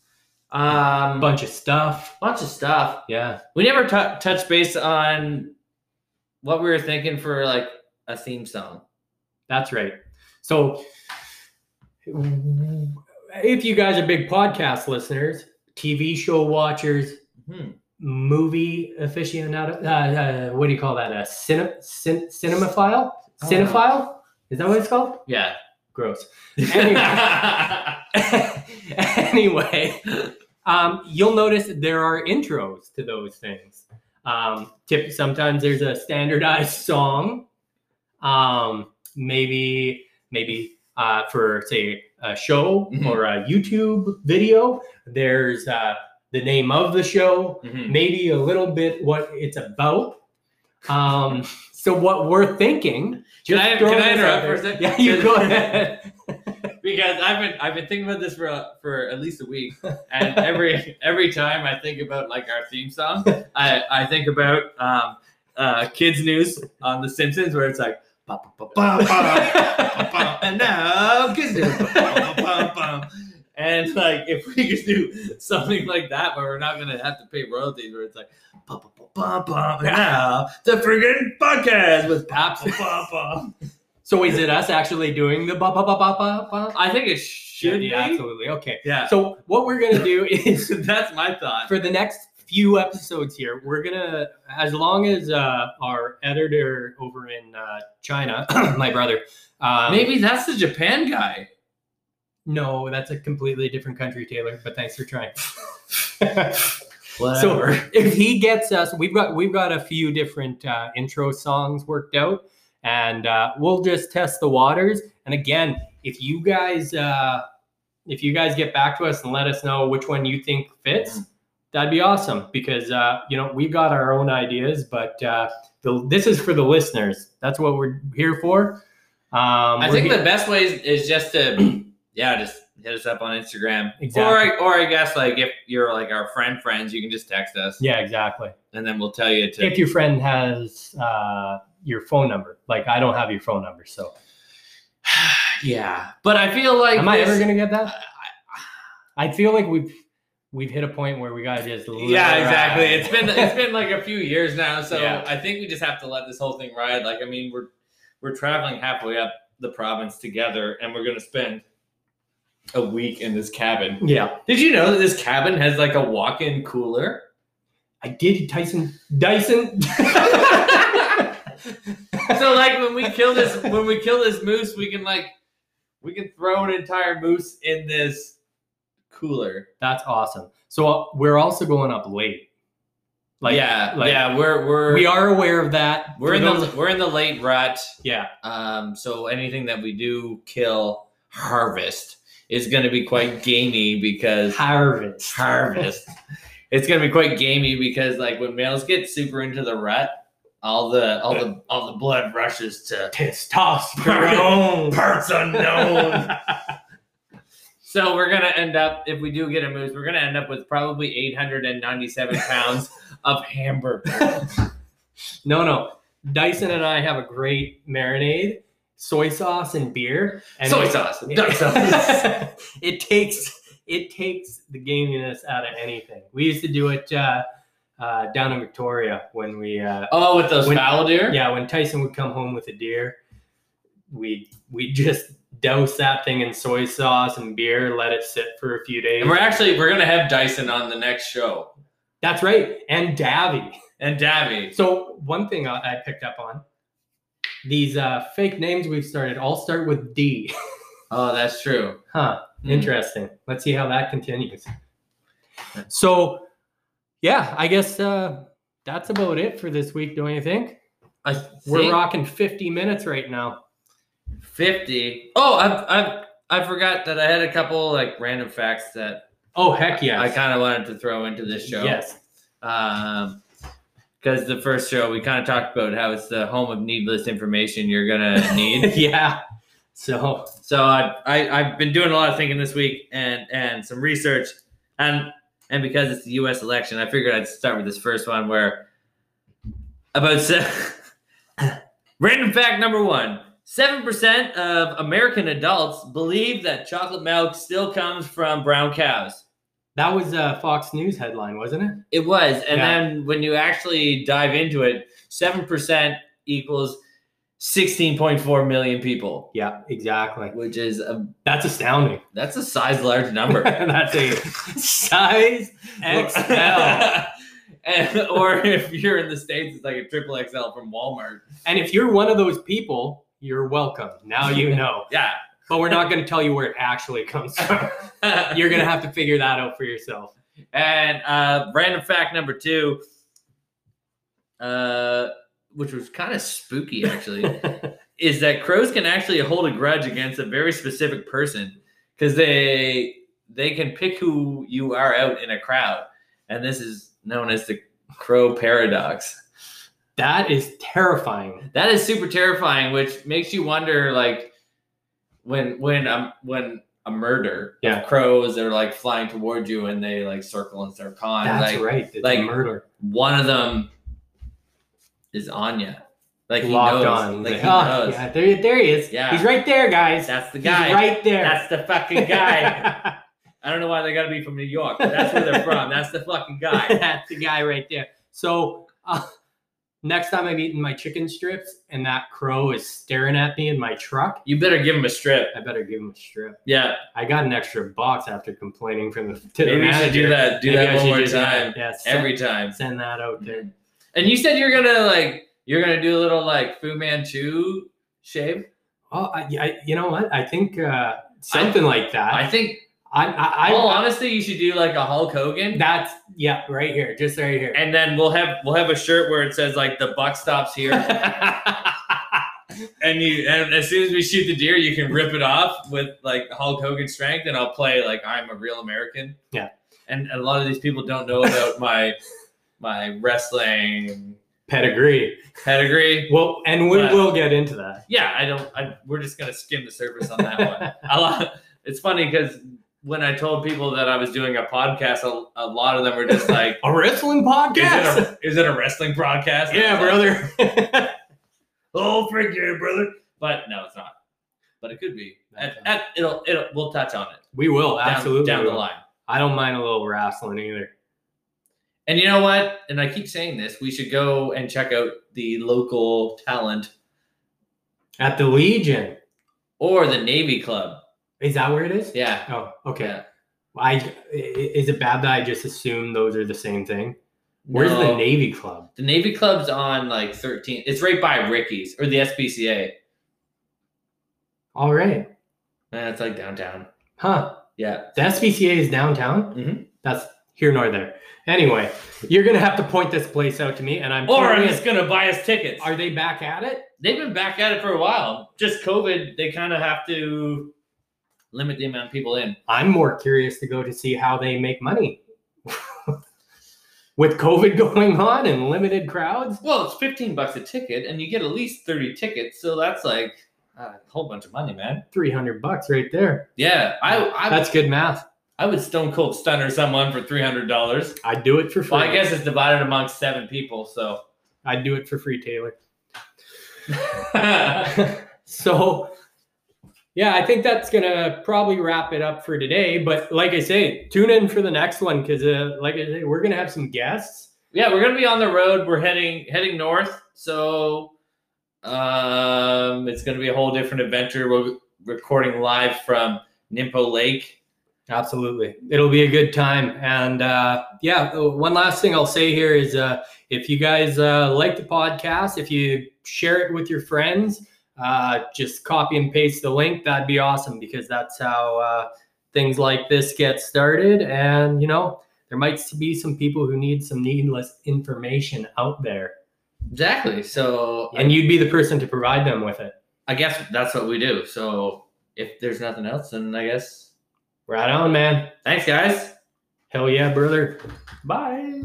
[SPEAKER 2] Um.
[SPEAKER 1] bunch of stuff.
[SPEAKER 2] bunch of stuff.
[SPEAKER 1] Yeah.
[SPEAKER 2] We never tou touched base on what we were thinking for like a theme song.
[SPEAKER 1] That's right. So, if you guys are big podcast listeners, TV show watchers,
[SPEAKER 2] Hmm.
[SPEAKER 1] movie aficionado, uh, uh, what do you call that? A cine, cin, cinemaphile?
[SPEAKER 2] Uh,
[SPEAKER 1] Cinephile? Is that what it's called?
[SPEAKER 2] Yeah.
[SPEAKER 1] Gross. anyway, um, you'll notice that there are intros to those things. Um, tip, sometimes there's a standardized song. Um, maybe, maybe uh, for say a show
[SPEAKER 2] Mhm.
[SPEAKER 1] or a YouTube video, there's uh, the name of the show,
[SPEAKER 2] Mhm.
[SPEAKER 1] maybe a little bit what it's about. Um, so what we're thinking?
[SPEAKER 2] Can I-
[SPEAKER 1] just throwing
[SPEAKER 2] can I
[SPEAKER 1] this out
[SPEAKER 2] interrupt for a
[SPEAKER 1] there-
[SPEAKER 2] sec?
[SPEAKER 1] Yeah, you go ahead.
[SPEAKER 2] because I've been I've been thinking about this for a, for at least a week, and every every time I think about like our theme song, I I think about um, uh, kids news on The Simpsons where it's like Ba, ba, ba, ba, ba, and now kazoo. Ba, ba, ba, ba. And like, if we could do something like that, where we're not gonna have to pay royalties, where it's like, ba, ba, ba, ba, ba, now the friggin' podcast with Paps. Ba, ba.
[SPEAKER 3] So is it us actually doing the ba ba ba ba ba ba?
[SPEAKER 2] I think it should
[SPEAKER 1] yeah,
[SPEAKER 2] be.
[SPEAKER 1] absolutely. Okay.
[SPEAKER 2] Yeah.
[SPEAKER 3] So what we're gonna do is
[SPEAKER 2] that's my thought.
[SPEAKER 3] for the next
[SPEAKER 1] few episodes here. We're gonna, as long as uh, our editor over in uh, China, my brother, um,
[SPEAKER 2] Maybe that's the Japan guy.
[SPEAKER 1] no, that's a completely different country, Taylor. But thanks for trying.
[SPEAKER 2] So
[SPEAKER 1] so if he gets us, we've got we've got a few different uh, intro songs worked out, and uh, we'll just test the waters. And again, if you guys uh, if you guys get back to us and let us know which one you think fits, that'd be awesome because uh, you know we've got our own ideas, but uh, the, this is for the listeners. That's what we're here for. Um,
[SPEAKER 2] I
[SPEAKER 1] we're
[SPEAKER 2] think
[SPEAKER 1] here-
[SPEAKER 2] the best way is, is just to yeah, just hit us up on Instagram. Or
[SPEAKER 1] Exactly.
[SPEAKER 2] I, or I guess like if you're like our friend friends, you can just text us
[SPEAKER 1] yeah, exactly.
[SPEAKER 2] and then we'll tell you to
[SPEAKER 1] If your friend has uh, your phone number, like I don't have your phone number, so
[SPEAKER 2] Yeah. But I feel like
[SPEAKER 1] Am I
[SPEAKER 2] this-
[SPEAKER 1] ever gonna get that? I feel like we've we've hit a point where we gotta just
[SPEAKER 2] Yeah,
[SPEAKER 1] let it
[SPEAKER 2] exactly.
[SPEAKER 1] ride.
[SPEAKER 2] It's been it's been like a few years now, so
[SPEAKER 1] Yeah.
[SPEAKER 2] I think we just have to let this whole thing ride. Like I mean, we're we're traveling halfway up the province together and we're going to spend a week in this cabin.
[SPEAKER 1] yeah.
[SPEAKER 2] Did you know that this cabin has like a walk-in cooler?
[SPEAKER 1] I did Tyson Dyson.
[SPEAKER 2] so like when we kill this when we kill this moose, we can like we can throw an entire moose in this cooler.
[SPEAKER 1] That's awesome. So uh, we're also going up late. Like
[SPEAKER 2] yeah,
[SPEAKER 1] like-
[SPEAKER 2] yeah, we're we're
[SPEAKER 1] we are aware of that.
[SPEAKER 2] we're
[SPEAKER 1] For
[SPEAKER 2] in the
[SPEAKER 1] those-
[SPEAKER 2] we're in the late rut.
[SPEAKER 1] yeah.
[SPEAKER 2] Um, so anything that we do kill harvest is going to be quite gamey because
[SPEAKER 1] Harvest.
[SPEAKER 2] harvest. It's gonna be quite gamey because like when males get super into the rut, all the all the all the blood rushes to
[SPEAKER 1] Testosterone.
[SPEAKER 2] parts unknown. so we're gonna end up if we do get a moose, we're gonna end up with probably 897 pounds of hamburger.
[SPEAKER 1] no, no. Dyson and I have a great marinade, soy sauce and beer. And
[SPEAKER 2] Soy
[SPEAKER 1] it-
[SPEAKER 2] sauce, duck sauce.
[SPEAKER 1] it it takes it takes the gaminess out of anything. We used to do it uh, uh, down in Victoria when we uh,
[SPEAKER 2] Oh, with those
[SPEAKER 1] When-
[SPEAKER 2] foul deer.
[SPEAKER 1] yeah when Tyson would come home with a deer, we we just douse that thing in soy sauce and beer, let it sit for a few days.
[SPEAKER 2] And we're actually we're gonna have Dyson on the next show
[SPEAKER 1] That's right, and Davy.
[SPEAKER 2] and Davy.
[SPEAKER 1] So one thing I, I picked up on these uh, fake names we've started all start with D.
[SPEAKER 2] Oh, that's true.
[SPEAKER 1] Huh.
[SPEAKER 2] Hmm.
[SPEAKER 1] Interesting. Let's see how that continues. So, yeah, I guess uh, that's about it for this week, don't you think?
[SPEAKER 2] I
[SPEAKER 1] We're
[SPEAKER 2] think
[SPEAKER 1] rocking 50 minutes right now.
[SPEAKER 2] 50. Oh, I I I forgot that I had a couple like random facts that
[SPEAKER 1] Oh, heck yes.
[SPEAKER 2] I kind of wanted to throw into this show.
[SPEAKER 1] Yes.
[SPEAKER 2] Um, because the first show we kind of talked about how it's the home of needless information you're gonna need.
[SPEAKER 1] yeah. So,
[SPEAKER 2] so I, I I've been doing a lot of thinking this week and and some research and and because it's the U.S. election, I figured I'd start with this first one where about se- random fact number one. Seven percent of American adults believe that chocolate milk still comes from brown cows.
[SPEAKER 1] that was a Fox News headline, wasn't it?
[SPEAKER 2] It was. And
[SPEAKER 1] Yeah.
[SPEAKER 2] then when you actually dive into it, 7% equals 16.4 million people,
[SPEAKER 1] Yeah, exactly.
[SPEAKER 2] which is a,
[SPEAKER 1] That's astounding.
[SPEAKER 2] that's a size large number.
[SPEAKER 1] that's a size XL.
[SPEAKER 2] And- or if you're in the States, it's like a triple XL from Walmart.
[SPEAKER 1] and if you're one of those people, you're welcome. Now you know.
[SPEAKER 2] Yeah.
[SPEAKER 1] But we're not going to tell you where it actually comes from. You're going to have to figure that out for yourself.
[SPEAKER 2] And uh, random fact number two, uh, which was kind of spooky actually, is that crows can actually hold a grudge against a very specific person because they they can pick who you are out in a crowd, and this is known as the crow paradox.
[SPEAKER 1] That is terrifying.
[SPEAKER 2] That is super terrifying, which makes you wonder, like when when um when a murder
[SPEAKER 1] Yeah.
[SPEAKER 2] of crows are like flying towards you and they like circle and start calling.
[SPEAKER 1] That's
[SPEAKER 2] like,
[SPEAKER 1] right. It's
[SPEAKER 2] like-
[SPEAKER 1] a murder.
[SPEAKER 2] one of them is Anya. Like he
[SPEAKER 4] Locked
[SPEAKER 2] knows.
[SPEAKER 4] on.
[SPEAKER 2] Like he
[SPEAKER 1] Oh,
[SPEAKER 2] knows.
[SPEAKER 1] yeah, there, there he is.
[SPEAKER 2] Yeah.
[SPEAKER 1] He's right there, guys.
[SPEAKER 2] That's the
[SPEAKER 1] He's
[SPEAKER 2] guy.
[SPEAKER 1] right there.
[SPEAKER 2] That's the fucking guy. I don't know why they got to be from New York, but that's where they're from. That's the fucking guy.
[SPEAKER 1] That's the guy right there. So uh, next time I'm eating my chicken strips and that crow is staring at me in my truck,
[SPEAKER 2] You better give him a strip.
[SPEAKER 1] I better give him a strip.
[SPEAKER 2] Yeah,
[SPEAKER 1] I got an extra box after complaining from the to the
[SPEAKER 2] maybe you
[SPEAKER 1] manager.
[SPEAKER 2] should do that. Do
[SPEAKER 1] Maybe I
[SPEAKER 2] that one
[SPEAKER 1] should
[SPEAKER 2] more
[SPEAKER 1] do that.
[SPEAKER 2] time.
[SPEAKER 1] Yeah, send,
[SPEAKER 2] Every time.
[SPEAKER 1] send that out there.
[SPEAKER 2] And you said you're gonna like you're gonna do a little like Fu Manchu shave.
[SPEAKER 1] Oh, I, I, you know what? I think uh, something like that.
[SPEAKER 2] I think.
[SPEAKER 1] I, I, I,
[SPEAKER 2] well, honestly, you should do like a Hulk Hogan,
[SPEAKER 1] that's yeah, right here, just right here.
[SPEAKER 2] and then we'll have we'll have a shirt where it says like the buck stops here. and you and as soon as we shoot the deer, you can rip it off with like Hulk Hogan strength, and I'll play like I'm a real American.
[SPEAKER 1] Yeah.
[SPEAKER 2] And a lot of these people don't know about my my wrestling
[SPEAKER 1] Pedigree.
[SPEAKER 2] pedigree.
[SPEAKER 1] Well, and we
[SPEAKER 2] But-
[SPEAKER 1] will get into that.
[SPEAKER 2] Yeah, I don't. I, we're just gonna skim the surface on that one. a lot, it's funny because when I told people that I was doing a podcast, a, a lot of them were just like,
[SPEAKER 1] A wrestling podcast.
[SPEAKER 2] is, it a, is it a wrestling podcast? And I
[SPEAKER 1] yeah,
[SPEAKER 2] was like,
[SPEAKER 1] brother.
[SPEAKER 2] Oh, freak yeah, brother. But no, it's not. But it could be. At, at, it'll, it'll, we'll touch on it.
[SPEAKER 1] we will
[SPEAKER 2] down-
[SPEAKER 1] Oh, absolutely
[SPEAKER 2] down,
[SPEAKER 1] we
[SPEAKER 2] the
[SPEAKER 1] will.
[SPEAKER 2] line.
[SPEAKER 1] I don't mind a little wrestling either.
[SPEAKER 2] And you know what? And I keep saying this, we should go and check out the local talent
[SPEAKER 1] At the Legion,
[SPEAKER 2] or the Navy Club.
[SPEAKER 1] is that where it is?
[SPEAKER 2] Yeah.
[SPEAKER 1] Oh, okay.
[SPEAKER 2] Yeah.
[SPEAKER 1] I i- is it bad that I just assume those are the same thing? Where's the
[SPEAKER 2] No.
[SPEAKER 1] Navy Club?
[SPEAKER 2] The Navy Club's on like 13. It's right by Ricky's or the SPCA.
[SPEAKER 1] All right,
[SPEAKER 2] Eh, it's like downtown.
[SPEAKER 1] huh?
[SPEAKER 2] Yeah.
[SPEAKER 1] The SPCA is downtown.
[SPEAKER 2] Mhm.
[SPEAKER 1] That's here nor there. Anyway, you're gonna have to point this place out to me, and I'm.
[SPEAKER 2] Or I'm
[SPEAKER 1] curious,
[SPEAKER 2] just gonna buy us tickets.
[SPEAKER 1] are they back at it?
[SPEAKER 2] They've been back at it for a while. Just COVID, they kind of have to limit the amount of people in.
[SPEAKER 1] I'm more curious to go to see how they make money. With COVID going on and limited crowds,
[SPEAKER 2] Well, it's 15 bucks a ticket, and you get at least 30 tickets, so that's like uh, a whole bunch of money, man.
[SPEAKER 1] 300 bucks right there.
[SPEAKER 2] Yeah, I I,
[SPEAKER 1] That's good math.
[SPEAKER 2] I would stone cold stunner someone for $300.
[SPEAKER 1] I'd do it for free.
[SPEAKER 2] Well, I guess it's divided amongst seven people, so
[SPEAKER 1] I'd do it for free, Taylor.
[SPEAKER 2] yeah,
[SPEAKER 1] so, yeah, I think that's going to probably wrap it up for today. But like I say, tune in for the next one because, uh, like I say, we're going to have some guests.
[SPEAKER 2] we're gonna be on the road. We're heading heading north, so um, it's gonna be a whole different adventure. We're recording live from Nimpo Lake.
[SPEAKER 1] Absolutely. It'll be a good time. And uh, yeah, uh, one last thing I'll say here is uh, if you guys uh, like the podcast, if you share it with your friends, uh, just copy and paste the link. That'd be awesome because that's how uh, things like this get started. And, you know, there might be some people who need some needless information out there.
[SPEAKER 2] Exactly. So
[SPEAKER 1] And you'd be the person to provide them with it.
[SPEAKER 2] I guess that's what we do. So if there's nothing else, then I guess
[SPEAKER 1] Right on, man.
[SPEAKER 2] thanks, guys.
[SPEAKER 1] Hell yeah, brother.
[SPEAKER 2] Bye.